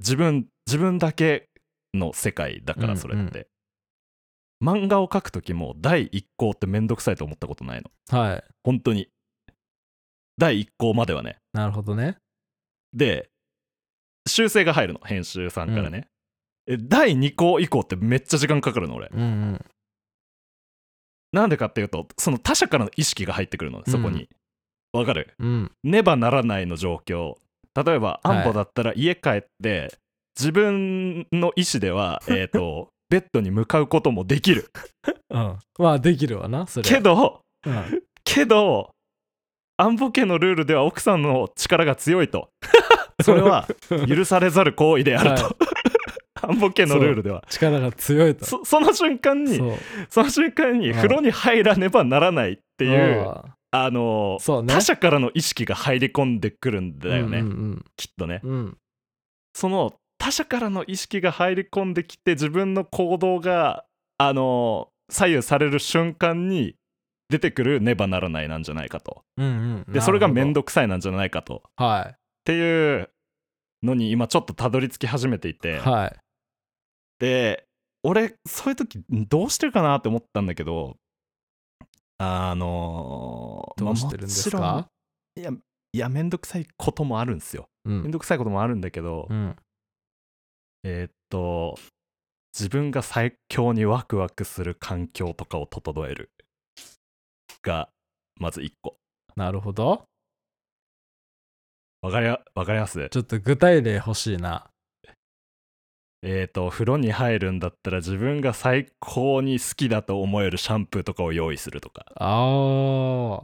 [SPEAKER 2] 自分自分だけの世界だか
[SPEAKER 1] うん
[SPEAKER 2] らそれって、漫画を描く時も第一項ってめんどくさいと思ったことないの
[SPEAKER 1] はい
[SPEAKER 2] 本当に第一項まではね
[SPEAKER 1] なるほどね
[SPEAKER 2] で修正が入るの編集さんからね、え第2項以降ってめっちゃ時間かかるの俺
[SPEAKER 1] うんうん
[SPEAKER 2] なんでかっていうとその他者からの意識が入ってくるのそこにわ、かる
[SPEAKER 1] うん
[SPEAKER 2] ねばならないの状況例えば
[SPEAKER 1] はい
[SPEAKER 2] 安保だったら家帰って、自分の意思 ではえっとベッドに向かうこともできる
[SPEAKER 1] うんまあできるわなそれ
[SPEAKER 2] けど
[SPEAKER 1] うん
[SPEAKER 2] けど安保家のルールでは奥さんの力が強い とそれは許されざる行為であると、
[SPEAKER 1] は
[SPEAKER 2] 安保家のルールでは
[SPEAKER 1] 力が強いと
[SPEAKER 2] そ その瞬間に
[SPEAKER 1] そうっ
[SPEAKER 2] その瞬間に
[SPEAKER 1] うん
[SPEAKER 2] 風呂に入らねばならないっ
[SPEAKER 1] て
[SPEAKER 2] ていうあのー
[SPEAKER 1] そうね
[SPEAKER 2] 他者からの意識が入り込んでくるんだよね、
[SPEAKER 1] うん
[SPEAKER 2] きっとね
[SPEAKER 1] うんうん
[SPEAKER 2] その他者からの意識が入り込んできて自分の行動があのー左右される瞬間に出てくるねばならないなんじゃないかと
[SPEAKER 1] うんうんうん
[SPEAKER 2] でそれが
[SPEAKER 1] なるほど
[SPEAKER 2] 面倒くさいなんじゃないかとっ
[SPEAKER 1] は
[SPEAKER 2] ていうのに今ちょっとたどり着き始めてい
[SPEAKER 1] い
[SPEAKER 2] て、
[SPEAKER 1] はい
[SPEAKER 2] で俺そういう時どうしてるかなって思ったんだけどあのー
[SPEAKER 1] どうしてるんです
[SPEAKER 2] まあも
[SPEAKER 1] か
[SPEAKER 2] ちろんいやいやめんどくさいこともあるんですよ
[SPEAKER 1] う
[SPEAKER 2] めん
[SPEAKER 1] ん
[SPEAKER 2] どくさいこともあるんだけど、
[SPEAKER 1] うん
[SPEAKER 2] えーっと自分が最強にワクワクする環境とかを整えるがまず1個
[SPEAKER 1] なるほど。
[SPEAKER 2] わかりやわかります
[SPEAKER 1] ちょっと具体例欲しいな。
[SPEAKER 2] えっ、と風呂に入るんだったら自分が最高に好きだと思えるシャンプーとかを用意するとか
[SPEAKER 1] あー。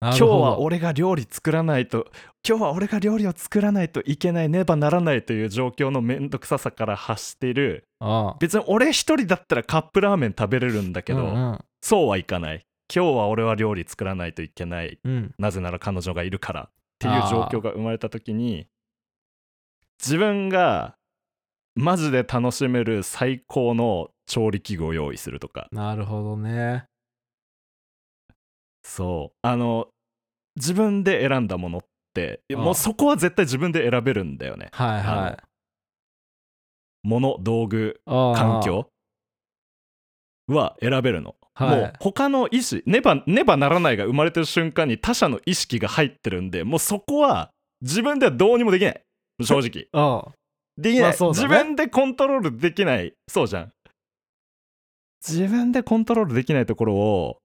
[SPEAKER 1] 今
[SPEAKER 2] 今日は俺が料理作らないと今日は俺が料理を作らないといけないねばならないという状況のめんどくささから発している
[SPEAKER 1] ああ
[SPEAKER 2] 別に俺一人だったらカップラーメン食べれるんだけど、
[SPEAKER 1] うんうん
[SPEAKER 2] そうはいかない今日は俺は料理作らないといけない
[SPEAKER 1] うん、
[SPEAKER 2] なぜなら彼女がいるからっていう状況が生まれた時に自分がマジで楽しめる最高の調理器具を用意するとか
[SPEAKER 1] なるほどね。
[SPEAKER 2] そうあの自分で選んだものって
[SPEAKER 1] ああ
[SPEAKER 2] もうそこは絶対自分で選べるんだよね
[SPEAKER 1] はいはい。
[SPEAKER 2] 物道具
[SPEAKER 1] ああ
[SPEAKER 2] 環境は選べるの、
[SPEAKER 1] はい
[SPEAKER 2] もう他の意思ねばねばならないが生まれてる瞬間に他者の意識が入ってるんでもうそこは自分ではどうにもできない正直
[SPEAKER 1] ああ
[SPEAKER 2] できない、
[SPEAKER 1] まあそうだね
[SPEAKER 2] 自分でコントロールできないそうじゃん自分でコントロールできないところを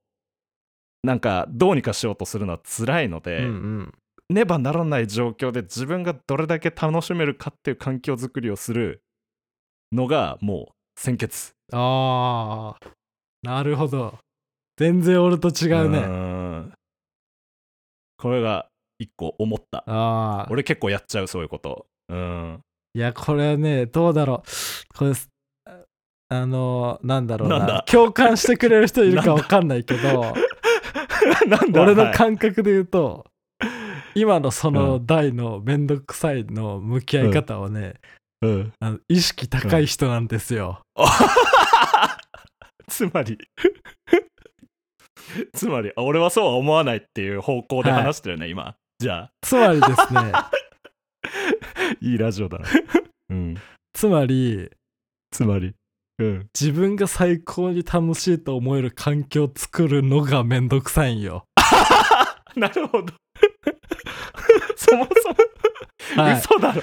[SPEAKER 2] なんかどうにかしようとするのは辛いので、
[SPEAKER 1] うんうん。
[SPEAKER 2] ねばならない状況で自分がどれだけ楽しめるかっていう環境づくりをするのがもう先決
[SPEAKER 1] ああ。なるほど。全然俺と違うね。
[SPEAKER 2] ねこれが一個思った
[SPEAKER 1] ああ。
[SPEAKER 2] 俺結構やっちゃうそういうことうん
[SPEAKER 1] いや、これはね、どうだろう。これ、すあの、なんだろうな。
[SPEAKER 2] なんだ
[SPEAKER 1] 共感してくれる人いるかわかんないけど、
[SPEAKER 2] なんだ
[SPEAKER 1] 俺の
[SPEAKER 2] はい
[SPEAKER 1] 感覚で言うと、今のそうの台のめんどくさいの向き合い方はね、
[SPEAKER 2] うん
[SPEAKER 1] あの意識高い人なんですよ。
[SPEAKER 2] つまり つまりあ俺はそうは思わないっていう方向で
[SPEAKER 1] はい
[SPEAKER 2] 話してるね、今じゃあ
[SPEAKER 1] つまりですね、
[SPEAKER 2] いいラジオだ なうん
[SPEAKER 1] つまり、
[SPEAKER 2] つまりうん
[SPEAKER 1] 自分が最高に楽しいと思える環境を作るのがめんどくさいんよ。
[SPEAKER 2] なるほど そもそも、
[SPEAKER 1] はい
[SPEAKER 2] 嘘だろ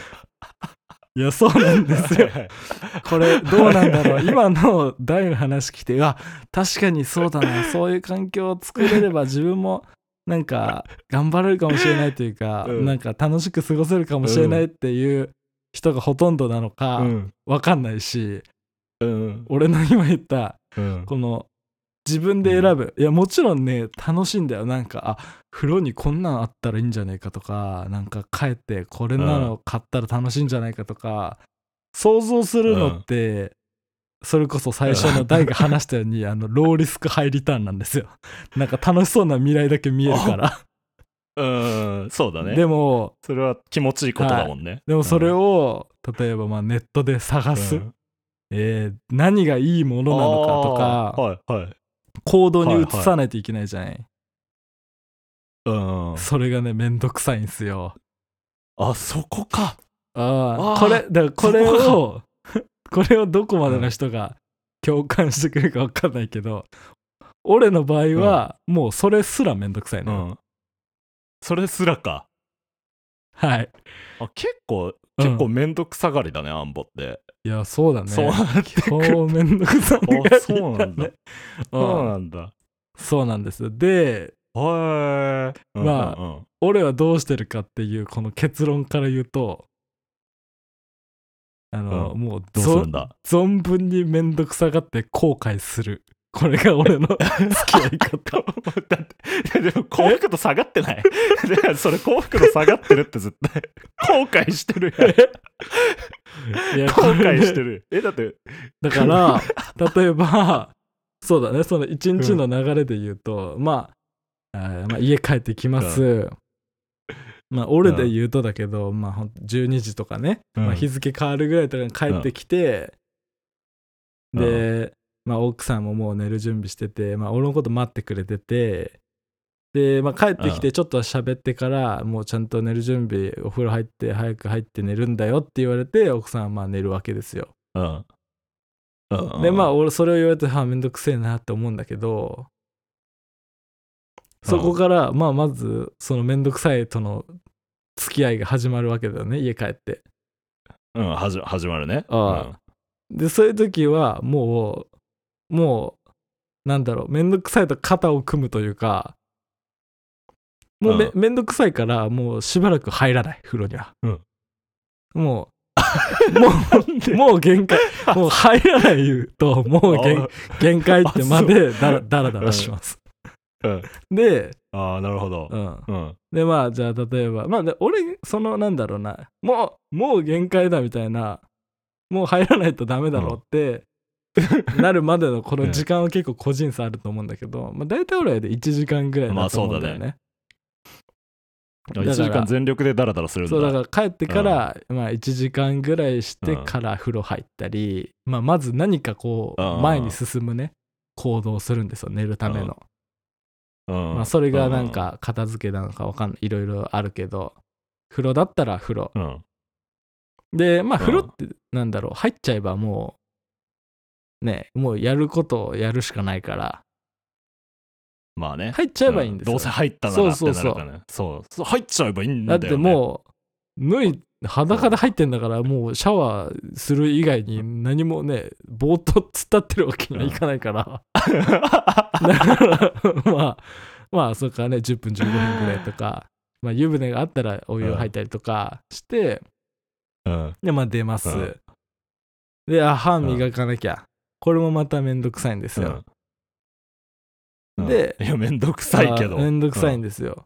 [SPEAKER 1] いや、そうなんですよ。これどうなんだろう今の大の話聞いてあ確かにそうだなそういう環境を作れれば自分もなんか頑張れるかもしれないというか、
[SPEAKER 2] うん
[SPEAKER 1] なんか楽しく過ごせるかもしれないっていう人がほとんどなのか、
[SPEAKER 2] うん
[SPEAKER 1] わかんないし
[SPEAKER 2] うん
[SPEAKER 1] 俺の今言った
[SPEAKER 2] うん
[SPEAKER 1] この自分で選ぶいやもちろんね楽しいんだよなんかあ風呂にこんなんあったらいいんじゃないかとかなんか帰ってこれなの買ったら楽しいんじゃないかとか、想像するのって、それこそ最初の大が話したよう に、あのローリスクハイリターンなんですよ なんか楽しそうな未来だけ見えるから、
[SPEAKER 2] うんそうだね
[SPEAKER 1] でも
[SPEAKER 2] それは気持ちいいことだもんね、
[SPEAKER 1] でもそれを、例えばまあネットで探す、
[SPEAKER 2] うん
[SPEAKER 1] えー何がいいものなのかとか、
[SPEAKER 2] あーはいはい
[SPEAKER 1] 行動に移さないといけないじゃない、
[SPEAKER 2] うん
[SPEAKER 1] それがねめんどくさいんすよ
[SPEAKER 2] あそこか
[SPEAKER 1] ああ
[SPEAKER 2] あー
[SPEAKER 1] これだからこれ
[SPEAKER 2] そ
[SPEAKER 1] を これをどこまでの人が共感してくれるか分かんないけど俺の場合はもうそれすらめんどくさいのよ、
[SPEAKER 2] んそれすらか
[SPEAKER 1] はい
[SPEAKER 2] あ結構
[SPEAKER 1] うん
[SPEAKER 2] 結構めんどくさがりだね、アンボって、
[SPEAKER 1] いやそうだね
[SPEAKER 2] そうなってくる
[SPEAKER 1] そうめんどくさがりだね
[SPEAKER 2] あそうなんだそう
[SPEAKER 1] うんそ
[SPEAKER 2] なんだ
[SPEAKER 1] うなんですよで
[SPEAKER 2] はい
[SPEAKER 1] まあ
[SPEAKER 2] あ
[SPEAKER 1] 俺はどうしてるかっていうこの結論から言うとあの、
[SPEAKER 2] う
[SPEAKER 1] もう
[SPEAKER 2] どうするんだ
[SPEAKER 1] 存分にめんどくさがって後悔するこれが俺の付き合い方
[SPEAKER 2] だっていやでも幸福度下がってない いやそれ幸福度下がってるって絶対後悔してるやん
[SPEAKER 1] いや
[SPEAKER 2] 後悔し
[SPEAKER 1] こ
[SPEAKER 2] てるえだって
[SPEAKER 1] れだから 例えばそうだねその一日の流れで言うと、まああーまあ家帰ってきます、まあ俺で言うとだけど、まあほん12時とかね、
[SPEAKER 2] うん
[SPEAKER 1] まあ、日付変わるぐらいとかに帰ってきて、
[SPEAKER 2] うん
[SPEAKER 1] で、まあ、奥さんももう寝る準備してて、まあ、俺のこと待ってくれててで、まあ、帰ってきてちょっとは喋ってから、もうちゃんと寝る準備お風呂入って早く入って寝るんだよって言われて奥さんはまあ寝るわけですよ。
[SPEAKER 2] うんうん
[SPEAKER 1] でまあ俺それを言われてはあめんどくせえなって思うんだけどそこからまあまずそのめんどくさいとの付き合いが始まるわけだよね家帰って。
[SPEAKER 2] うんはじ始まるね
[SPEAKER 1] あでそういう時はもうもうなんだろうめんどくさいと肩を組むというかもうめ,、、
[SPEAKER 2] うん
[SPEAKER 1] どくさいから、もうしばらく入らない、風呂には。
[SPEAKER 2] うん
[SPEAKER 1] もう、 もう、もう限 界。もう入らないと、もう限限界ってまでだらだらだらします。
[SPEAKER 2] うん
[SPEAKER 1] で、
[SPEAKER 2] ああ、なるほど
[SPEAKER 1] う。ん。
[SPEAKER 2] うん。
[SPEAKER 1] で、まあ、じゃあ、例えば、まあ、で俺、その、なんだろうな、もう、もう限界だみたいな、もう入らないとダメだろうって、なるまでのこの時間は結構個人差あると思うんだけど、まあ、大体俺で1時間ぐらいだと思うんだよね。だから
[SPEAKER 2] 1時間全力でダラダラするんだ。
[SPEAKER 1] そうだから帰ってから、まあ、1時間ぐらいしてから風呂入ったり、まあ、まず何かこう
[SPEAKER 2] うんうんうん
[SPEAKER 1] 前に進むね行動をするんですよ寝るための、
[SPEAKER 2] うん
[SPEAKER 1] まあ、それがなん、か片付けなのかわかんないいろいろあるけど風呂だったら風呂
[SPEAKER 2] うんうん
[SPEAKER 1] でまあ
[SPEAKER 2] うん
[SPEAKER 1] 風呂ってなんだろう入っちゃえばもうねもうやることをやるしかないから
[SPEAKER 2] まあね。
[SPEAKER 1] 入っちゃえばいいんですよ、
[SPEAKER 2] どうせ入ったならって
[SPEAKER 1] そう
[SPEAKER 2] な
[SPEAKER 1] そうそう
[SPEAKER 2] るからね。そうそう。入っちゃえばいいんだ
[SPEAKER 1] だっ
[SPEAKER 2] よ、ね。
[SPEAKER 1] てもう脱い裸で入ってんだからもうシャワーする以外に何もねぼーっと突っ立ってるわけにはいかないから、だから まあまあそっかね10分15分ぐらいとか、まあ、湯船があったらお湯を入ったりとかして、
[SPEAKER 2] うん。
[SPEAKER 1] でまあ出ます、
[SPEAKER 2] うん
[SPEAKER 1] であ歯磨かなきゃ、これもまためんどくさいんですよ、
[SPEAKER 2] うん
[SPEAKER 1] で
[SPEAKER 2] いや、めんどくさいけど。
[SPEAKER 1] あめんどくさいん
[SPEAKER 2] で。
[SPEAKER 1] ですよ、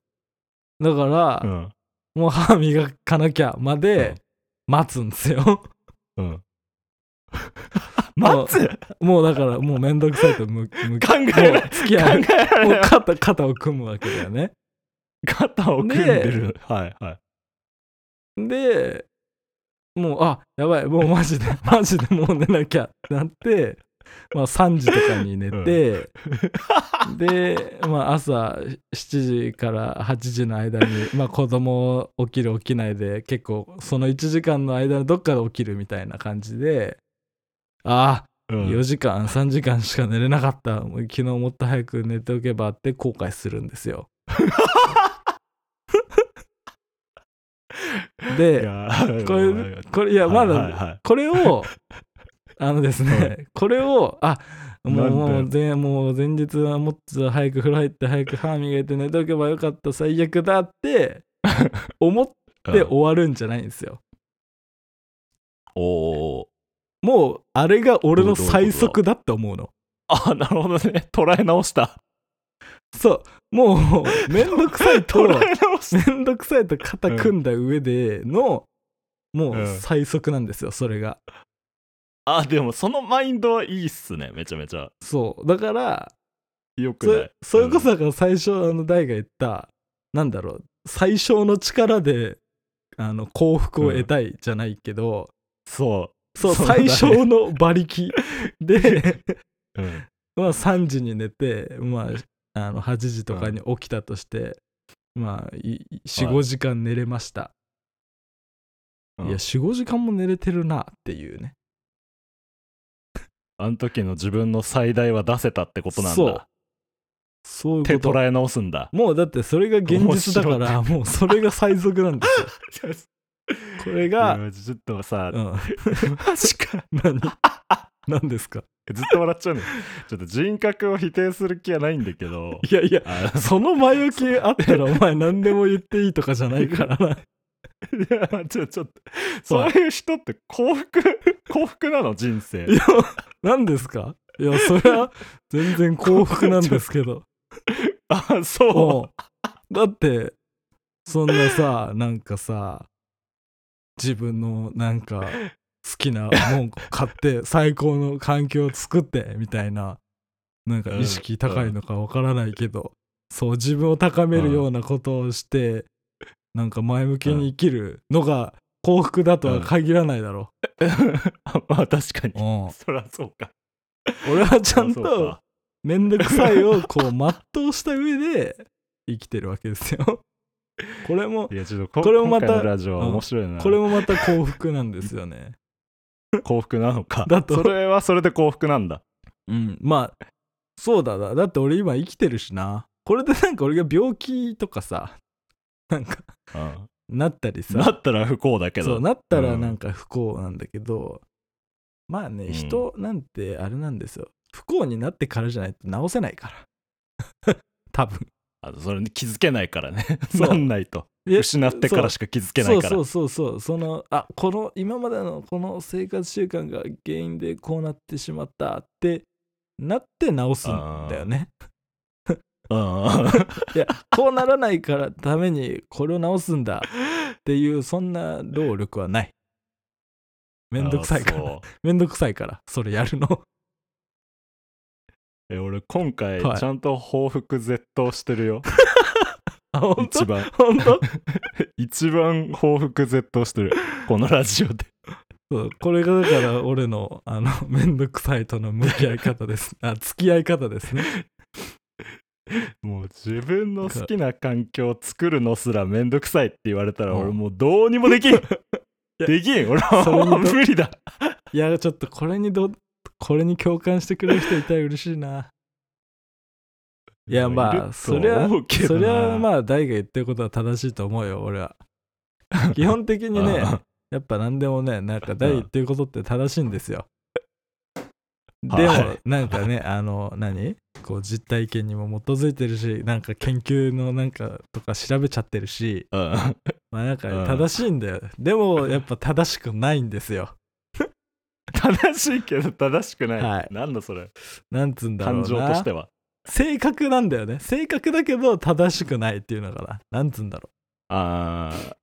[SPEAKER 1] だから、
[SPEAKER 2] うん。
[SPEAKER 1] もう歯磨かなきゃまで待つんですよ
[SPEAKER 2] うん。 待つ
[SPEAKER 1] もうだからもうめんどくさいと向向き
[SPEAKER 2] 考え
[SPEAKER 1] も
[SPEAKER 2] られ
[SPEAKER 1] う付き
[SPEAKER 2] 考
[SPEAKER 1] 合う
[SPEAKER 2] えられ
[SPEAKER 1] もう
[SPEAKER 2] ない。
[SPEAKER 1] 肩肩を組むわけだよね
[SPEAKER 2] 肩を組んでる。はいはい。
[SPEAKER 1] でもうあやばいもうマ ジでマジでもう寝なきゃってなってまあ3時とかに寝て、でまあ朝7時から8時の間にまあ子供起きる起きないで結構その1時間の間のどっかで起きるみたいな感じでああ
[SPEAKER 2] うん
[SPEAKER 1] 4時間3時間しか寝れなかったもう昨日もっと早く寝ておけばって後悔するんです よ
[SPEAKER 2] い
[SPEAKER 1] で
[SPEAKER 2] や
[SPEAKER 1] これこれいやまだ、
[SPEAKER 2] はいはいはい
[SPEAKER 1] これを あのですねこれをあもう
[SPEAKER 2] なんだ
[SPEAKER 1] も
[SPEAKER 2] よ
[SPEAKER 1] う前もう前日はもっと早く風呂入って早く歯磨いて寝ておけばよかった最悪だって 思って
[SPEAKER 2] うん
[SPEAKER 1] 終わるんじゃないんですよ、
[SPEAKER 2] おー
[SPEAKER 1] もうあれが俺の
[SPEAKER 2] どういうことだ
[SPEAKER 1] 最速だって思うの
[SPEAKER 2] あなるほどね捉え直した
[SPEAKER 1] そうも うめんどくさいと
[SPEAKER 2] 捉え直し
[SPEAKER 1] めんどくさいと肩組んだ上での、もううん最速なんですよそれが
[SPEAKER 2] たあでもそのマインドはいいっすねめちゃめちゃ
[SPEAKER 1] そうだから
[SPEAKER 2] よく
[SPEAKER 1] そ
[SPEAKER 2] ない
[SPEAKER 1] れそれこそだから最初あの大が言ったなんだろう最小の力であの幸福を得たいじゃないけど、
[SPEAKER 2] そ
[SPEAKER 1] そう
[SPEAKER 2] そうだ
[SPEAKER 1] 最
[SPEAKER 2] ね
[SPEAKER 1] 小の馬力で
[SPEAKER 2] う、うん、
[SPEAKER 1] まあ3時に寝てまああの8時とかに起きたとして、まあ45時間寝れました、
[SPEAKER 2] うん
[SPEAKER 1] いや45時間も寝れてるなっていうね
[SPEAKER 2] あの時の自分の最大は出せたってことなんだ
[SPEAKER 1] そうそう
[SPEAKER 2] 手
[SPEAKER 1] いうこと
[SPEAKER 2] 捉え直すん だ
[SPEAKER 1] もうだってそれが現実だからもうそれが最速なんです よこれが、
[SPEAKER 2] いやちょっとさ、
[SPEAKER 1] うん、
[SPEAKER 2] マジか
[SPEAKER 1] 何何ですか
[SPEAKER 2] ずっと笑っちゃうねちょっと人格を否定する気は ないんだけど
[SPEAKER 1] いやいや
[SPEAKER 2] あ
[SPEAKER 1] その前置きあったらお前何でも言っていいとかじゃないからな
[SPEAKER 2] いやちょちょっとそういう人って幸福幸福なの人生
[SPEAKER 1] いや何ですかいやそれは全然幸福なんですけど
[SPEAKER 2] あそう
[SPEAKER 1] うんだってそんなさなんかさ自分のなんか好きなもん買って最高の環境を作ってみたいななんか意識高いのかわからないけど、そう自分を高めるようなことをして、なんか前向きに生きるのが幸福だとは限らないだろ
[SPEAKER 2] あま あ確かに
[SPEAKER 1] う、うん
[SPEAKER 2] そりゃそうか
[SPEAKER 1] 俺はちゃん
[SPEAKER 2] そりゃそう
[SPEAKER 1] と
[SPEAKER 2] か
[SPEAKER 1] めんどくさいをこう全うした上で生きてるわけですよこれも
[SPEAKER 2] いやちょっとこ
[SPEAKER 1] これもまた
[SPEAKER 2] 今回のラジオは面白いな、
[SPEAKER 1] これもまた幸福なんですよね。
[SPEAKER 2] 幸福なのか
[SPEAKER 1] だと
[SPEAKER 2] それはそれで幸福なんだ
[SPEAKER 1] うん、まあそうだなだって俺今生きてるしなこれでなんか俺が病気とかさなんか
[SPEAKER 2] うん
[SPEAKER 1] なったり
[SPEAKER 2] な
[SPEAKER 1] さ
[SPEAKER 2] ったら不幸だけ
[SPEAKER 1] そう
[SPEAKER 2] ど
[SPEAKER 1] なったらなんか不幸なんだけど、まあね
[SPEAKER 2] うん
[SPEAKER 1] 人なんてあれなんですよ不幸になってからじゃないと治せないから多分
[SPEAKER 2] あのそれに気づけないからね
[SPEAKER 1] そう
[SPEAKER 2] なんないと
[SPEAKER 1] いや
[SPEAKER 2] 失ってからしか気づけないから
[SPEAKER 1] そうそうそうそうそのあこの今までのこの生活習慣が原因でこうなってしまったってなって直すんだよね
[SPEAKER 2] うん
[SPEAKER 1] いや こうならないからためにこれを直すんだっていうそんな労力はないめんどくさいか
[SPEAKER 2] あ
[SPEAKER 1] ら
[SPEAKER 2] そう
[SPEAKER 1] めんどくさいからそれやるの
[SPEAKER 2] え俺今回
[SPEAKER 1] はい
[SPEAKER 2] ちゃんと報復絶倒してるよ、
[SPEAKER 1] あ 本
[SPEAKER 2] 一
[SPEAKER 1] 当
[SPEAKER 2] 番
[SPEAKER 1] 本当
[SPEAKER 2] 一番報復絶倒してるこのラジオで
[SPEAKER 1] そうこれがだから俺のあの めんどくさいとの向き合い方ですあ付き合い方ですね
[SPEAKER 2] もう自分の好きな環境を作るのすらめんどくさいって言われたら
[SPEAKER 1] うん
[SPEAKER 2] 俺もうどうにもできんできん俺
[SPEAKER 1] それ
[SPEAKER 2] は
[SPEAKER 1] に
[SPEAKER 2] もう無理だ
[SPEAKER 1] いやちょっとこれにどこれに共感してくれる人いたら嬉しいないや
[SPEAKER 2] い
[SPEAKER 1] ま
[SPEAKER 2] る
[SPEAKER 1] あ
[SPEAKER 2] と
[SPEAKER 1] そりゃ
[SPEAKER 2] 思うけど
[SPEAKER 1] そりゃ
[SPEAKER 2] あ
[SPEAKER 1] まあ大が言ってることは正しいと思うよ俺 は基本的にねやっぱ何でもねなんか大が言ってることって正しいんですよ
[SPEAKER 2] はい
[SPEAKER 1] でもなんかねあの何こう実体験にも基づいてるしなんか研究のなんかとか調べちゃってるし
[SPEAKER 2] うん
[SPEAKER 1] まあなんか
[SPEAKER 2] うん
[SPEAKER 1] 正しいんだよでもやっぱ正しくないんですよ
[SPEAKER 2] 正しいけど正しくない、
[SPEAKER 1] はい
[SPEAKER 2] なんだそれ
[SPEAKER 1] なんつうんだろう
[SPEAKER 2] 感
[SPEAKER 1] な
[SPEAKER 2] 情としては
[SPEAKER 1] 正確なんだよね正確だけど正しくないっていうのかななんつうんだろ
[SPEAKER 2] あー
[SPEAKER 1] う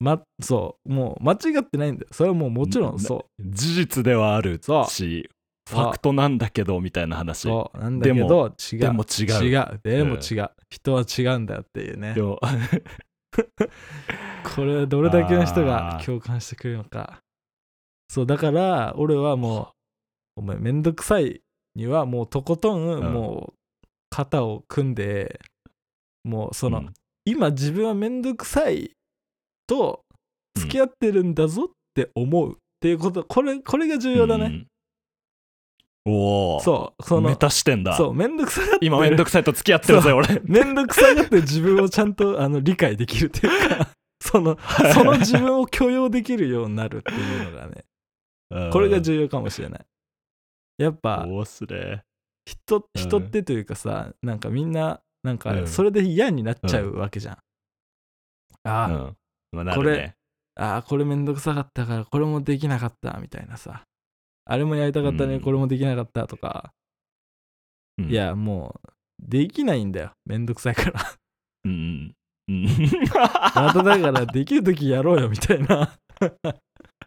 [SPEAKER 1] まそうもう間違ってないんだよそれはもうもちろん
[SPEAKER 2] な
[SPEAKER 1] そう
[SPEAKER 2] 事実ではある
[SPEAKER 1] そう
[SPEAKER 2] しフ
[SPEAKER 1] そう
[SPEAKER 2] ァクトなんだけどみたいな話
[SPEAKER 1] そうなんだけど違う
[SPEAKER 2] でも違う
[SPEAKER 1] 違うでも
[SPEAKER 2] うん
[SPEAKER 1] 違う、人は違うんだよっていうね
[SPEAKER 2] でも
[SPEAKER 1] これどれだけの人が
[SPEAKER 2] あー
[SPEAKER 1] 共感してくれるのかそうだから俺はもうお前めんどくさいにはもうとことん
[SPEAKER 2] ん
[SPEAKER 1] もう肩を組んで、もうその、
[SPEAKER 2] うん
[SPEAKER 1] 今自分はめんどくさいと付き合ってるんだぞって思うっていうことこれこれが重要だね、
[SPEAKER 2] うんおお
[SPEAKER 1] そうそ
[SPEAKER 2] メ
[SPEAKER 1] の
[SPEAKER 2] タ視点だ
[SPEAKER 1] そうめんどくさがって
[SPEAKER 2] 今めんどくさいと付き合ってるぜ俺
[SPEAKER 1] めんどくさがって自分をちゃんとあの理解できるっていうか そのその自分を許容できるようになるっていうのがねこれが重要かもしれないやっぱ
[SPEAKER 2] 要すれ
[SPEAKER 1] 人
[SPEAKER 2] うん
[SPEAKER 1] 人ってというかさなんかみんななん
[SPEAKER 2] う
[SPEAKER 1] か
[SPEAKER 2] ん
[SPEAKER 1] それで嫌になっちゃうわけじゃん、あ
[SPEAKER 2] う
[SPEAKER 1] ー、
[SPEAKER 2] んまあな
[SPEAKER 1] こ
[SPEAKER 2] るね
[SPEAKER 1] れあーこれめんどくさかったからこれもできなかったみたいなさあれもやりたかったの
[SPEAKER 2] う
[SPEAKER 1] に
[SPEAKER 2] ん
[SPEAKER 1] これもできなかったとか、
[SPEAKER 2] うん
[SPEAKER 1] いやもうできないんだよめんどくさいから
[SPEAKER 2] うんうん
[SPEAKER 1] まただからできる時やろうよみたいな
[SPEAKER 2] い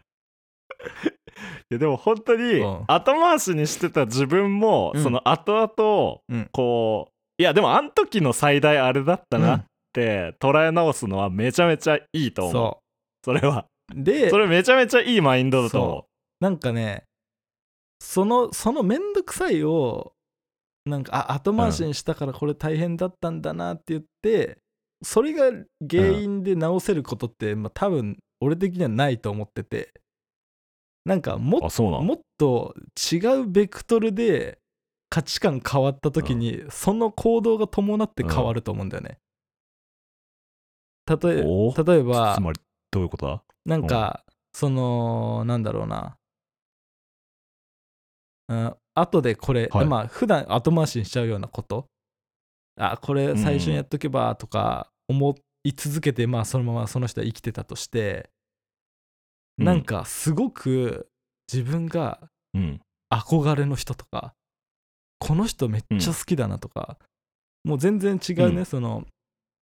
[SPEAKER 2] やでも本当に
[SPEAKER 1] うん
[SPEAKER 2] 後回しにしてた自分も
[SPEAKER 1] うん
[SPEAKER 2] その後
[SPEAKER 1] うん
[SPEAKER 2] 々こういやでもあの時の最大あれだったなって捉え直すのはめちゃめちゃいいと思う
[SPEAKER 1] そ
[SPEAKER 2] それは
[SPEAKER 1] うで
[SPEAKER 2] それめちゃめちゃいいマインドだと思
[SPEAKER 1] なんかねそのそのめんどくさいをなんかあ後回しにしたからこれ大変だったんだなって言って、それが原因で直せることって、まあ、多分俺的にはないと思っててなんかもっ
[SPEAKER 2] うあそうなの
[SPEAKER 1] もっと違うベクトルで価値観変わった時に、その行動が伴って変わると思うんだよね。例え
[SPEAKER 2] お
[SPEAKER 1] 例えば
[SPEAKER 2] つまりどういうことだ
[SPEAKER 1] なんか、そのなんだろうな、うん、後でこれ、
[SPEAKER 2] はい
[SPEAKER 1] まあ普段後回しにしちゃうようなことあこれ最初にやっとけばとか思い続けて、まあそのままその人は生きてたとしてなんかすごく自分が
[SPEAKER 2] うん
[SPEAKER 1] 憧れの人とかこの人めっちゃ好きだなとか、もう全然違うね、
[SPEAKER 2] うん
[SPEAKER 1] その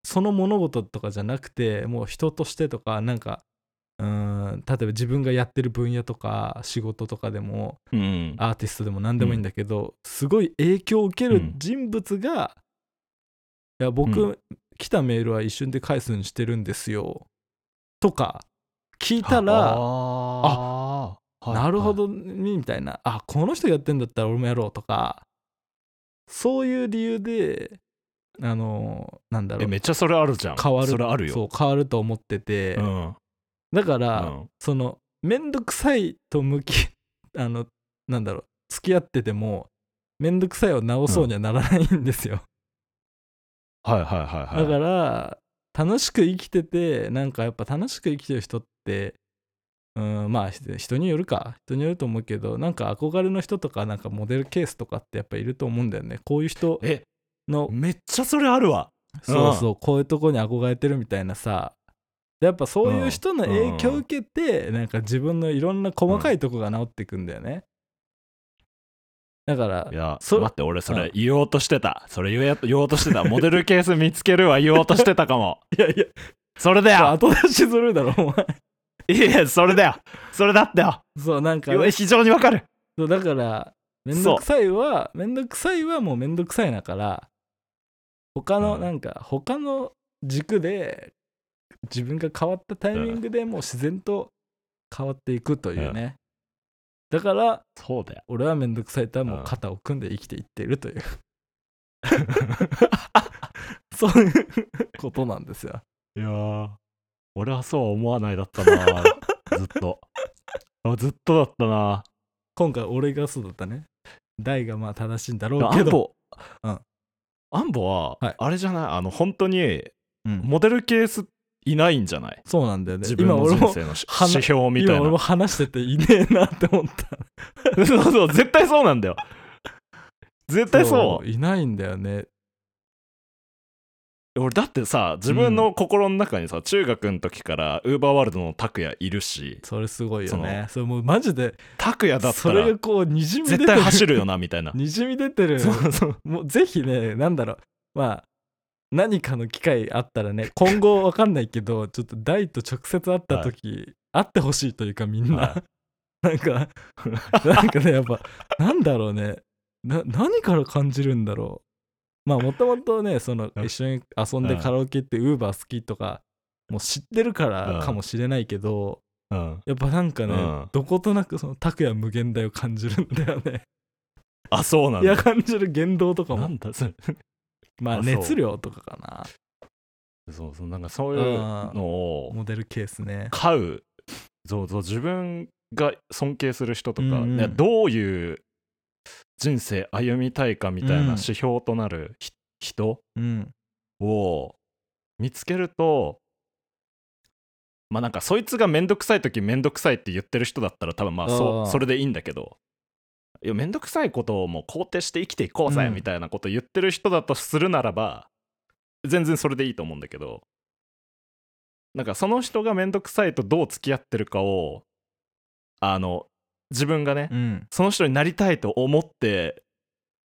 [SPEAKER 1] その物事とかじゃなくてもう人としてとかなんかうーん例えば自分がやってる分野とか仕事とかでも
[SPEAKER 2] うん
[SPEAKER 1] アーティストでも何でもいいんだけど、すごい影響を受け
[SPEAKER 2] う
[SPEAKER 1] る
[SPEAKER 2] ん
[SPEAKER 1] 人物が、いや僕、
[SPEAKER 2] う
[SPEAKER 1] 来たメールは一瞬で返すようにしてるんですよとか聞いたら
[SPEAKER 2] ああ
[SPEAKER 1] なるほどねみたいなあこの人やってんだったら俺もやろうとかそういう理由であのなんだろ
[SPEAKER 2] え
[SPEAKER 1] う
[SPEAKER 2] めっちゃそれあるじゃん
[SPEAKER 1] 変わる
[SPEAKER 2] それあるよ
[SPEAKER 1] そう変わると思ってて、
[SPEAKER 2] うん
[SPEAKER 1] だか
[SPEAKER 2] う
[SPEAKER 1] ら、
[SPEAKER 2] ん
[SPEAKER 1] そのめんどくさいと向きあのなんだろう付き合っててもめんどくさいを直そうにはならないんですよ、
[SPEAKER 2] はいはいはいはい
[SPEAKER 1] だから楽しく生きててなんかやっぱ楽しく生きてる人ってうんまあひ人によるか人によると思うけどなんか憧れの人とかなんかモデルケースとかってやっぱいると思うんだよねこういう人
[SPEAKER 2] え
[SPEAKER 1] の
[SPEAKER 2] めっちゃそれあるわ
[SPEAKER 1] そうそうこういうとこに憧れてるみたいなさでやっぱそういう人の影響を受けて、なんか自分のいろんな細かいとこが治ってくんだよね、だから
[SPEAKER 2] いや、
[SPEAKER 1] そ
[SPEAKER 2] 待って、俺それ言おうとしてた。それ言え言おうとしてた。モデルケース見つけるは言おうとしてたかも。
[SPEAKER 1] いやいや
[SPEAKER 2] それだよ
[SPEAKER 1] 後出しするだろお前
[SPEAKER 2] いや、それだよそれだってよ
[SPEAKER 1] そうなんか
[SPEAKER 2] いや非常にわかる
[SPEAKER 1] そうだからめんどくさいはめんどくさいはもうめんどくさいだから他の
[SPEAKER 2] うん
[SPEAKER 1] なんか他の軸で自分が変わったタイミングでもう自然と変わっていくというねだから
[SPEAKER 2] そうだよ。
[SPEAKER 1] 俺はめんどくさいとはも
[SPEAKER 2] う
[SPEAKER 1] うん肩を組んで生きていっているという そういうことなんですよ
[SPEAKER 2] いやー俺はそうは思わないだった なずっと。あずっとだったな
[SPEAKER 1] 今回俺がそうだったね大がまあ正しいんだろう
[SPEAKER 2] ア
[SPEAKER 1] け
[SPEAKER 2] ン
[SPEAKER 1] ど
[SPEAKER 2] ボ、
[SPEAKER 1] うん
[SPEAKER 2] アンボは、
[SPEAKER 1] はい
[SPEAKER 2] あれじゃないあの、本当に、
[SPEAKER 1] うん
[SPEAKER 2] モデルケースいないんじゃない
[SPEAKER 1] そうなんだよね
[SPEAKER 2] 自分
[SPEAKER 1] 今
[SPEAKER 2] の
[SPEAKER 1] 俺
[SPEAKER 2] 人
[SPEAKER 1] も
[SPEAKER 2] 生のし
[SPEAKER 1] 花
[SPEAKER 2] 指標みたい
[SPEAKER 1] 今俺も
[SPEAKER 2] な。
[SPEAKER 1] 話してていねえなって思った
[SPEAKER 2] そうそう、絶対そうなんだよ。絶対 そう。
[SPEAKER 1] いないんだよね
[SPEAKER 2] 俺だってさ自分の心の中にさ、中学の時からウーバーワールドの拓也いるし
[SPEAKER 1] それすごいよねそれもうマジで
[SPEAKER 2] 拓也だった
[SPEAKER 1] それ
[SPEAKER 2] ら
[SPEAKER 1] がこうにじみ出て
[SPEAKER 2] 絶
[SPEAKER 1] る
[SPEAKER 2] 対走るよなみたい な
[SPEAKER 1] にじみ出てる
[SPEAKER 2] そうそう
[SPEAKER 1] もうぜひねなんだろうまあ何かの機会あったらね今後わかんないけどちょっと大と直接会った時、会ってほしいというかみんな、
[SPEAKER 2] は
[SPEAKER 1] なんかなんかねやっぱなんだろうねな何から感じるんだろうま あもともとねその
[SPEAKER 2] うん
[SPEAKER 1] 一緒に遊んで
[SPEAKER 2] うん
[SPEAKER 1] カラオケ行ってウーバー好きとかもう知ってるか
[SPEAKER 2] う
[SPEAKER 1] ら
[SPEAKER 2] ん
[SPEAKER 1] かもしれないけど
[SPEAKER 2] うん、
[SPEAKER 1] やっぱなんかね、
[SPEAKER 2] うん
[SPEAKER 1] どことなくその拓也無限大を感じるんだよね
[SPEAKER 2] あそうなん
[SPEAKER 1] い
[SPEAKER 2] だ
[SPEAKER 1] や感じる言動とか
[SPEAKER 2] な
[SPEAKER 1] も
[SPEAKER 2] んだそれ
[SPEAKER 1] まあ
[SPEAKER 2] あそう
[SPEAKER 1] 熱量とかかな
[SPEAKER 2] そうそうなんかそういうのを
[SPEAKER 1] モデルケースね。
[SPEAKER 2] 買うそうそう自分が尊敬する人とか、
[SPEAKER 1] うんうん
[SPEAKER 2] ねどういう人生歩みたいかみたいな指標となるひ、人
[SPEAKER 1] うん。
[SPEAKER 2] を見つけるとまあなんかそいつがめんどくさい時めんどくさいって言ってる人だったら多分まあ
[SPEAKER 1] あ
[SPEAKER 2] そ
[SPEAKER 1] あ
[SPEAKER 2] それでいいんだけどいやめんどくさいことをもう肯定して生きていこうぜ
[SPEAKER 1] うん
[SPEAKER 2] みたいなこと言ってる人だとするならば、全然それでいいと思うんだけどなんかその人がめんどくさいとどう付き合ってるかをあの自分がね、
[SPEAKER 1] うん。
[SPEAKER 2] その人になりたいと思って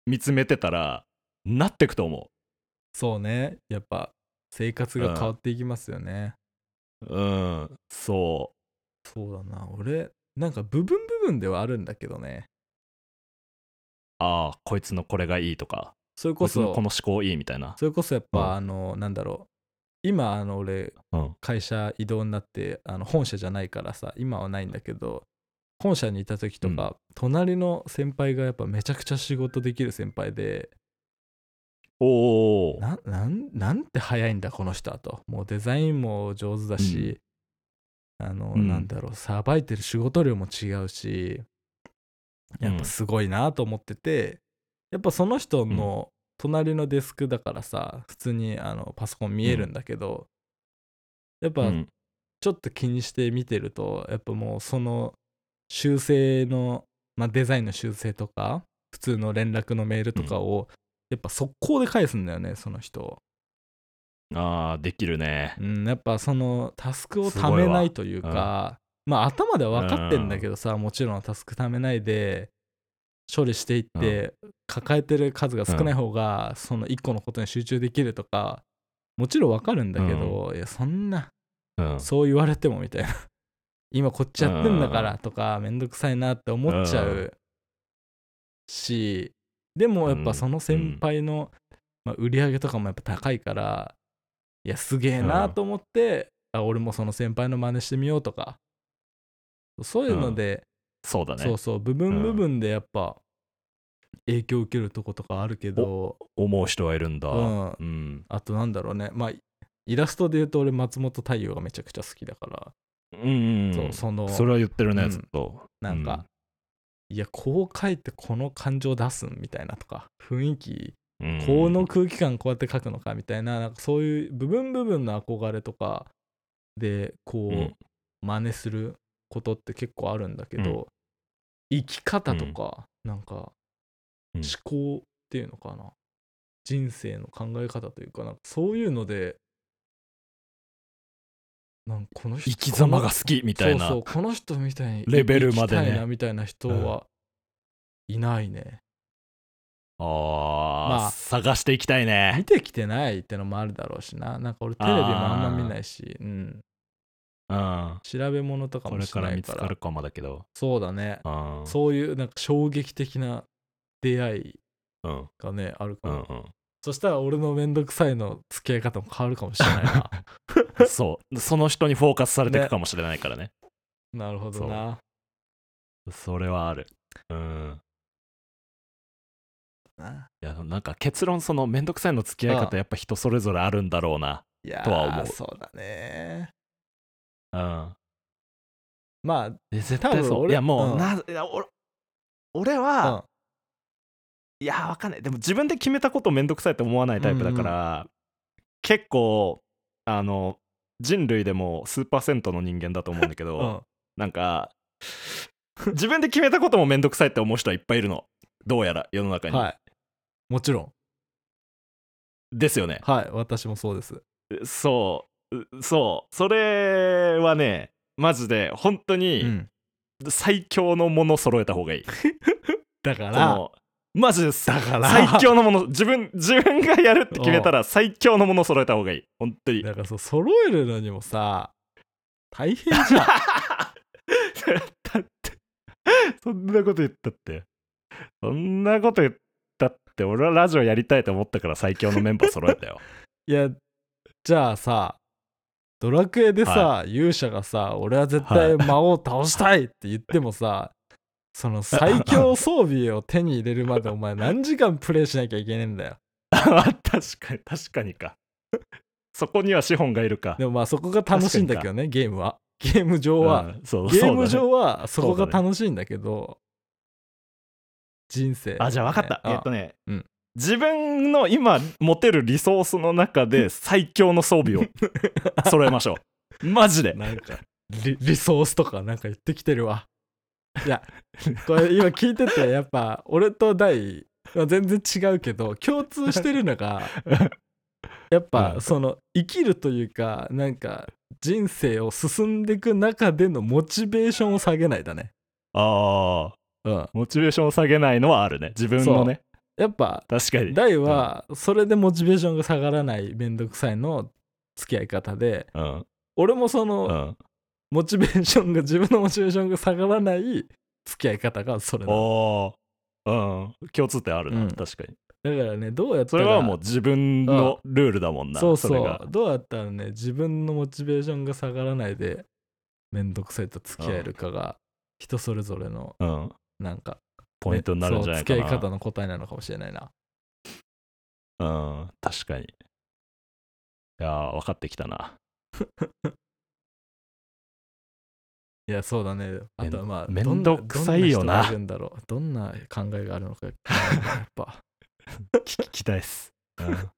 [SPEAKER 2] 見つめてたらなってくと思う。
[SPEAKER 1] そうね。やっぱ生活が変わっていきますよね。
[SPEAKER 2] うん、そ
[SPEAKER 1] そうだな。俺、なんか部分部分ではあるんだけどね。
[SPEAKER 2] う。ああ、こいつのこれがいいとか、
[SPEAKER 1] それ
[SPEAKER 2] こ
[SPEAKER 1] こ
[SPEAKER 2] いつの
[SPEAKER 1] そ
[SPEAKER 2] こ、の思考いいみたいな。
[SPEAKER 1] それこそやっ
[SPEAKER 2] うん
[SPEAKER 1] ぱ、あの、なんだろう。今、あの、俺、
[SPEAKER 2] うん。
[SPEAKER 1] 会社移動になって、あの本社じゃないからさ、今はないんだけど、本社にいた時とか、隣の先輩がやっぱめちゃくちゃ仕事できる先輩で、
[SPEAKER 2] おー
[SPEAKER 1] ななんなんて早いんだこの人はともうデザインも上手だし、あの、
[SPEAKER 2] うん
[SPEAKER 1] なんだろうさばいてる仕事量も違うしやっぱすごいなと思ってて、やっぱその人の隣のデスクだからさ普通にあのパソコン見えるんだけど、やっ
[SPEAKER 2] う
[SPEAKER 1] ぱ
[SPEAKER 2] ん
[SPEAKER 1] ちょっと気にして見てるとやっぱもうその修正の、まあ、デザインの修正とか普通の連絡のメールとかを、やっぱ速攻で返すんだよねその人
[SPEAKER 2] ああ、できるね
[SPEAKER 1] う。ん、やっぱそのタスクを
[SPEAKER 2] す
[SPEAKER 1] た
[SPEAKER 2] ごい
[SPEAKER 1] め
[SPEAKER 2] わ
[SPEAKER 1] ないというか、まあ頭では分かってんだけどさ、もちろんタスクためないで処理していって、抱えてる数が少ない方が、その1個のことに集中できるとかもちろん分かるんだけど、いやそんな
[SPEAKER 2] うん。
[SPEAKER 1] そう言われてもみたいな 今こっちやってんだからとか、めんどくさいなって思っちゃう、
[SPEAKER 2] うん
[SPEAKER 1] しでもやっ
[SPEAKER 2] う
[SPEAKER 1] ぱ
[SPEAKER 2] ん
[SPEAKER 1] その先輩の、まあ、売り上げとかもやっぱ高いからいやすげえ
[SPEAKER 2] う
[SPEAKER 1] なんと思って、あ俺もその先輩の真似してみようとかそういうので、
[SPEAKER 2] そうだね。
[SPEAKER 1] そうそう部分部分でやっぱ影響受けるとことかあるけど、
[SPEAKER 2] 思う人はいるんだ。
[SPEAKER 1] う
[SPEAKER 2] うん。
[SPEAKER 1] ん、あとなんだろうねまあイラストで言うと俺松本太陽がめちゃくちゃ好きだから
[SPEAKER 2] うん。
[SPEAKER 1] そうその
[SPEAKER 2] それは言ってる
[SPEAKER 1] う
[SPEAKER 2] ね、
[SPEAKER 1] ん
[SPEAKER 2] ずっと。
[SPEAKER 1] なんか、いやこう書いてこの感情出すんみたいなとか雰囲気
[SPEAKER 2] うん、うん
[SPEAKER 1] この空気感こうやって書くのかみたいななんかそういう部分部分の憧れとかでこ
[SPEAKER 2] うん
[SPEAKER 1] う真似することって結構あるんだけど、生き方とかなんか
[SPEAKER 2] うん
[SPEAKER 1] 思考っていうのかな、人生の考え方というかなんかそういうのでなんかこの人
[SPEAKER 2] 生き様が好きみたいな
[SPEAKER 1] そうそうこの人みたいに
[SPEAKER 2] レベルまで
[SPEAKER 1] 生き
[SPEAKER 2] ね
[SPEAKER 1] たいなみたいな人はいないね、
[SPEAKER 2] あ、
[SPEAKER 1] ま
[SPEAKER 2] ま
[SPEAKER 1] あ
[SPEAKER 2] あ、探していきたい
[SPEAKER 1] 見
[SPEAKER 2] ね
[SPEAKER 1] てきてないってのもあるだろうしななんか俺テレビもあんま見ないし、うん、
[SPEAKER 2] うん
[SPEAKER 1] 調べ物とか
[SPEAKER 2] こ
[SPEAKER 1] も
[SPEAKER 2] れ
[SPEAKER 1] し
[SPEAKER 2] か
[SPEAKER 1] ないからら
[SPEAKER 2] 見つかるかもだけど
[SPEAKER 1] そうだね
[SPEAKER 2] うん
[SPEAKER 1] そういうなんか衝撃的な出会い
[SPEAKER 2] うん
[SPEAKER 1] がねあるか
[SPEAKER 2] う
[SPEAKER 1] ら、
[SPEAKER 2] んう
[SPEAKER 1] そしたら俺のめんどくさいの付き合い方も変わるかもしれない な
[SPEAKER 2] んそうその人にフォーカスされていくかもしれないからね
[SPEAKER 1] なるほどな
[SPEAKER 2] それはあるうん
[SPEAKER 1] ない
[SPEAKER 2] やなんか結論そのめんどくさいの付き合い
[SPEAKER 1] うん
[SPEAKER 2] 方やっぱ人それぞれあるんだろうな
[SPEAKER 1] やー
[SPEAKER 2] とは思う
[SPEAKER 1] そうだね
[SPEAKER 2] うん
[SPEAKER 1] ま
[SPEAKER 2] え絶
[SPEAKER 1] 多
[SPEAKER 2] 対
[SPEAKER 1] 分
[SPEAKER 2] そう
[SPEAKER 1] 俺
[SPEAKER 2] いやもう、
[SPEAKER 1] うん
[SPEAKER 2] ないや俺俺
[SPEAKER 1] あ、
[SPEAKER 2] は、いやわかんないでも自分で決めたことめんどくさいと思わないタイプだから、結構あの人類でも数パーセントの人間だと思うんだけ
[SPEAKER 1] う
[SPEAKER 2] ど、
[SPEAKER 1] んうん
[SPEAKER 2] なんか自分で決めたこともめんどくさいって思う人はいっぱいいるのどうやら世の中に、
[SPEAKER 1] はいもちろん
[SPEAKER 2] ですよね
[SPEAKER 1] はい私もそうです
[SPEAKER 2] そううそうそれはねマジで本当
[SPEAKER 1] う
[SPEAKER 2] に
[SPEAKER 1] ん
[SPEAKER 2] 最強のもの揃えた方がいい、
[SPEAKER 1] だか
[SPEAKER 2] こ
[SPEAKER 1] ら
[SPEAKER 2] のマジです
[SPEAKER 1] だから
[SPEAKER 2] 最強のもの自分自分がやるって決めたら最強のもの揃えた方がいい本当に
[SPEAKER 1] だからそう揃えるのにもさ大変 じゃん
[SPEAKER 2] だってそんなこと言ったってそんなこと言ったって俺はラジオやりたいと思ったから最強のメンバー揃えたよ
[SPEAKER 1] いやじゃあさドラクエでさ、勇者がさ俺は絶対魔王を倒したいって言ってもさ、その最強装備を手に入れる までお前何時間プレイしなきゃいけねえんだよ
[SPEAKER 2] あ 確かに確かにかそこには資本がいるか
[SPEAKER 1] でもまあそこが楽しいんだけどねゲームはゲーム上は、
[SPEAKER 2] うんそう
[SPEAKER 1] ゲ
[SPEAKER 2] そ
[SPEAKER 1] ー
[SPEAKER 2] うだね
[SPEAKER 1] ム上はそこが
[SPEAKER 2] そうだね
[SPEAKER 1] 楽しいんだけど人生、
[SPEAKER 2] あじゃあ分かった、
[SPEAKER 1] ね
[SPEAKER 2] えっとね、
[SPEAKER 1] うん
[SPEAKER 2] 自分の今持てるリソースの中で最強の装備を揃えましょ うマジで
[SPEAKER 1] なんかリリソースとかなんか言ってきてるわいやこれ今聞いててやっぱ俺と大まあ全然違うけど共通してるの がやっ
[SPEAKER 2] う
[SPEAKER 1] ぱ
[SPEAKER 2] ん
[SPEAKER 1] その生きるというかなんか人生を進んでいく中でのモチベーションを下げないだね
[SPEAKER 2] ああ
[SPEAKER 1] うん
[SPEAKER 2] モチベーションを下げないのはあるね自分のね
[SPEAKER 1] やっぱ
[SPEAKER 2] 確かに
[SPEAKER 1] 大はそれでモチベーションが下がらないめんどくさいの付き合い方で
[SPEAKER 2] うん
[SPEAKER 1] 俺もそうの
[SPEAKER 2] ん
[SPEAKER 1] モチベーションが自分のモチベーションが下がらない付き合い方がそれなの
[SPEAKER 2] おーうん共通点あるな、
[SPEAKER 1] うん
[SPEAKER 2] 確かに
[SPEAKER 1] だからねどうやった
[SPEAKER 2] そ
[SPEAKER 1] ら
[SPEAKER 2] れはもう自分のルールだもんな、
[SPEAKER 1] そうそ
[SPEAKER 2] れが
[SPEAKER 1] うどうやったらね自分のモチベーションが下がらないでめんどくさいと付き合えるかが人それぞれの
[SPEAKER 2] うん
[SPEAKER 1] なんか
[SPEAKER 2] ポイントになるんじゃないかな、
[SPEAKER 1] そう付き合い方の答えなのかもしれないな
[SPEAKER 2] うん確かにいやー分かってきたない
[SPEAKER 1] やそうだねあとはまあ
[SPEAKER 2] めん
[SPEAKER 1] どん
[SPEAKER 2] めんどくさいよ
[SPEAKER 1] どん
[SPEAKER 2] な
[SPEAKER 1] な人がいるんだろうどんな考えがあるのかやっぱ
[SPEAKER 2] 聞きたいっす、うん、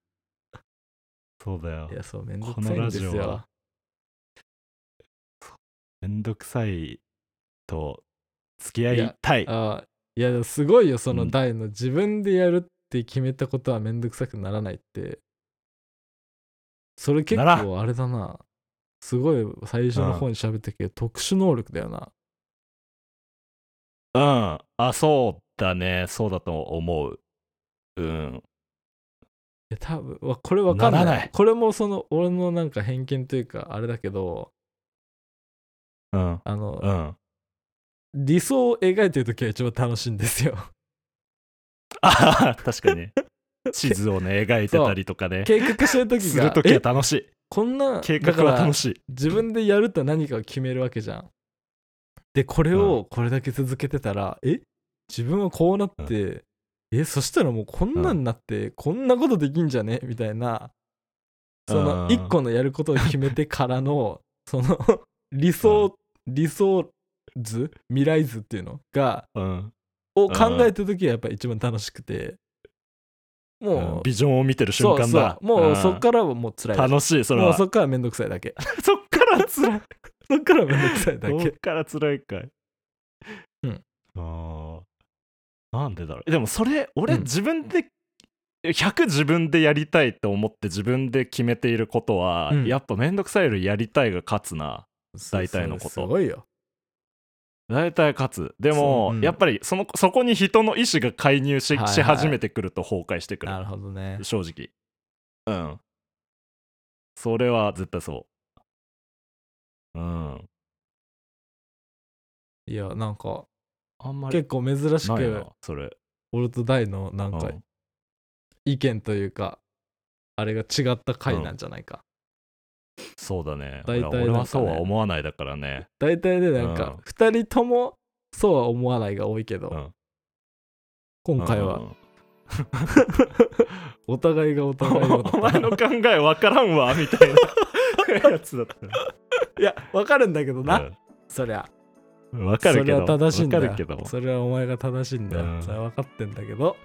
[SPEAKER 2] そうだよ
[SPEAKER 1] いやそうめんどくさい
[SPEAKER 2] この
[SPEAKER 1] ん
[SPEAKER 2] ラ
[SPEAKER 1] です
[SPEAKER 2] ジオ
[SPEAKER 1] よ
[SPEAKER 2] はめんどくさいと付き合いたい
[SPEAKER 1] あいやでもすごいよそうの
[SPEAKER 2] ん
[SPEAKER 1] 大の自分でやるって決めたことはめんどくさくならないってそれ結
[SPEAKER 2] なら
[SPEAKER 1] 構あれだなすごい最初の方に喋ったけど、特殊能力だよな
[SPEAKER 2] うんあそうだねそうだと思ううん
[SPEAKER 1] いや多分わこれわかんない
[SPEAKER 2] ならない
[SPEAKER 1] これもその俺のなんか偏見というかあれだけど
[SPEAKER 2] うん
[SPEAKER 1] あの、
[SPEAKER 2] うん
[SPEAKER 1] 理想を描いてる時は一番楽しいんです よ
[SPEAKER 2] ああ、 確か に。地図をね、描いてたりとかね。
[SPEAKER 1] 計画してる時
[SPEAKER 2] す
[SPEAKER 1] が
[SPEAKER 2] るときは
[SPEAKER 1] え
[SPEAKER 2] 楽しい。
[SPEAKER 1] こんな
[SPEAKER 2] 計
[SPEAKER 1] だか
[SPEAKER 2] 画は
[SPEAKER 1] ら
[SPEAKER 2] 楽しい。
[SPEAKER 1] 自分でやると何かを決めるわけじゃん。でこれをこれだけ続けてたら、え自分はこうなって、えそしたらもうこんなんなって、こんなことできんじゃねみたいなその
[SPEAKER 2] うん
[SPEAKER 1] 一個のやることを決めてから のその理想、理想図未来図っていうのが
[SPEAKER 2] うん。
[SPEAKER 1] を考えてる時はやっぱ一番楽しくて、もう、
[SPEAKER 2] ビジョンを見てる瞬
[SPEAKER 1] そう
[SPEAKER 2] 間
[SPEAKER 1] そ
[SPEAKER 2] だ。
[SPEAKER 1] うもうんうそっからはもう辛い
[SPEAKER 2] 楽しい、それ
[SPEAKER 1] もう
[SPEAKER 2] は。
[SPEAKER 1] そ
[SPEAKER 2] そ
[SPEAKER 1] っからはめんどくさいだけ
[SPEAKER 2] っからつらい。
[SPEAKER 1] そっからはめんどくさいだ
[SPEAKER 2] そっ
[SPEAKER 1] け
[SPEAKER 2] からつらいかい。
[SPEAKER 1] うん
[SPEAKER 2] ああ。なんでだろう。でもそれ、俺、
[SPEAKER 1] うん
[SPEAKER 2] 自分で100自分でやりたいと思って自分で決めていることは、
[SPEAKER 1] うん
[SPEAKER 2] やっぱめんどくさいよりやりたいが勝つな大体のこと
[SPEAKER 1] すごいよ
[SPEAKER 2] 大体勝つでも、
[SPEAKER 1] そううん
[SPEAKER 2] やっぱりそのそこに人の意思が介入し,、
[SPEAKER 1] はいはい
[SPEAKER 2] し始めてくると崩壊してくる
[SPEAKER 1] なるほどね
[SPEAKER 2] 正直うんそれは絶対そううん
[SPEAKER 1] いやなんか
[SPEAKER 2] あんまり
[SPEAKER 1] 結構珍し
[SPEAKER 2] ない
[SPEAKER 1] く
[SPEAKER 2] なそれ
[SPEAKER 1] 俺と大のなんか
[SPEAKER 2] うん
[SPEAKER 1] 意見というかあれが違った回なんじゃないか、
[SPEAKER 2] そうだね
[SPEAKER 1] 大体
[SPEAKER 2] 俺は俺
[SPEAKER 1] なんか
[SPEAKER 2] は
[SPEAKER 1] ね
[SPEAKER 2] そうは思わないだからね
[SPEAKER 1] 大体ねなん
[SPEAKER 2] う
[SPEAKER 1] か
[SPEAKER 2] ん
[SPEAKER 1] 2人ともそうは思わないが多いけど、
[SPEAKER 2] うん
[SPEAKER 1] 今回は
[SPEAKER 2] うん
[SPEAKER 1] お互いがお互いの
[SPEAKER 2] お前の考えわからんわみたいなやつだった
[SPEAKER 1] いやわかるんだけどな、そりゃ
[SPEAKER 2] うんわかるけど
[SPEAKER 1] それは正しいんだよ
[SPEAKER 2] わかるけど
[SPEAKER 1] それはお前が正しいんだよ、
[SPEAKER 2] うん
[SPEAKER 1] それは分かってんだけど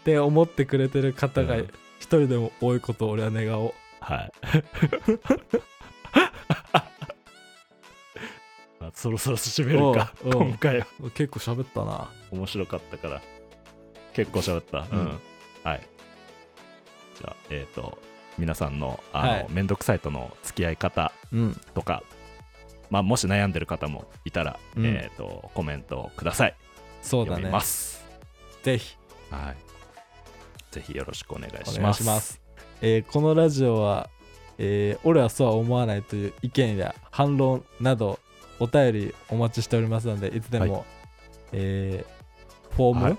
[SPEAKER 1] って思ってくれてる方が
[SPEAKER 2] うん
[SPEAKER 1] 一人でも多いことを俺は願おう
[SPEAKER 2] はい まあそろそろ締めるか
[SPEAKER 1] おうおう
[SPEAKER 2] 今回は
[SPEAKER 1] 結構喋ったな
[SPEAKER 2] 面白かったから結構喋ったうん、
[SPEAKER 1] う
[SPEAKER 2] はいじゃあえっ、と皆さんのあの、
[SPEAKER 1] はい
[SPEAKER 2] めんどくさいとの付き合い方
[SPEAKER 1] うん
[SPEAKER 2] とか、まあ、もし悩んでる方もいたら、
[SPEAKER 1] うん
[SPEAKER 2] えっ、とコメントください
[SPEAKER 1] そうだ
[SPEAKER 2] 読
[SPEAKER 1] ね
[SPEAKER 2] みます
[SPEAKER 1] ぜひ
[SPEAKER 2] はいぜひよろしくお願い
[SPEAKER 1] お
[SPEAKER 2] し
[SPEAKER 1] 願
[SPEAKER 2] ま
[SPEAKER 1] い
[SPEAKER 2] す
[SPEAKER 1] しますえーこのラジオは、えー俺はそうは思わないという意見や反論などお便りお待ちしておりますのでいつでも、
[SPEAKER 2] は
[SPEAKER 1] えーフォーム、
[SPEAKER 2] はい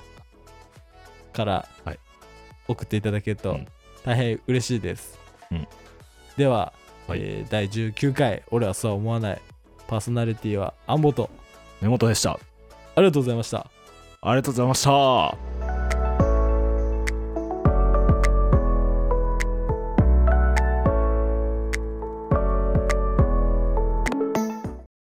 [SPEAKER 1] から
[SPEAKER 2] はい
[SPEAKER 1] 送っていただけると、
[SPEAKER 2] うん
[SPEAKER 1] 大変嬉しいです、
[SPEAKER 2] うん
[SPEAKER 1] では、
[SPEAKER 2] はい
[SPEAKER 1] えー第19回俺はそうは思わないパーソナリティはアンボと
[SPEAKER 2] 根本でした
[SPEAKER 1] ありがとうございました
[SPEAKER 2] ありがとうございました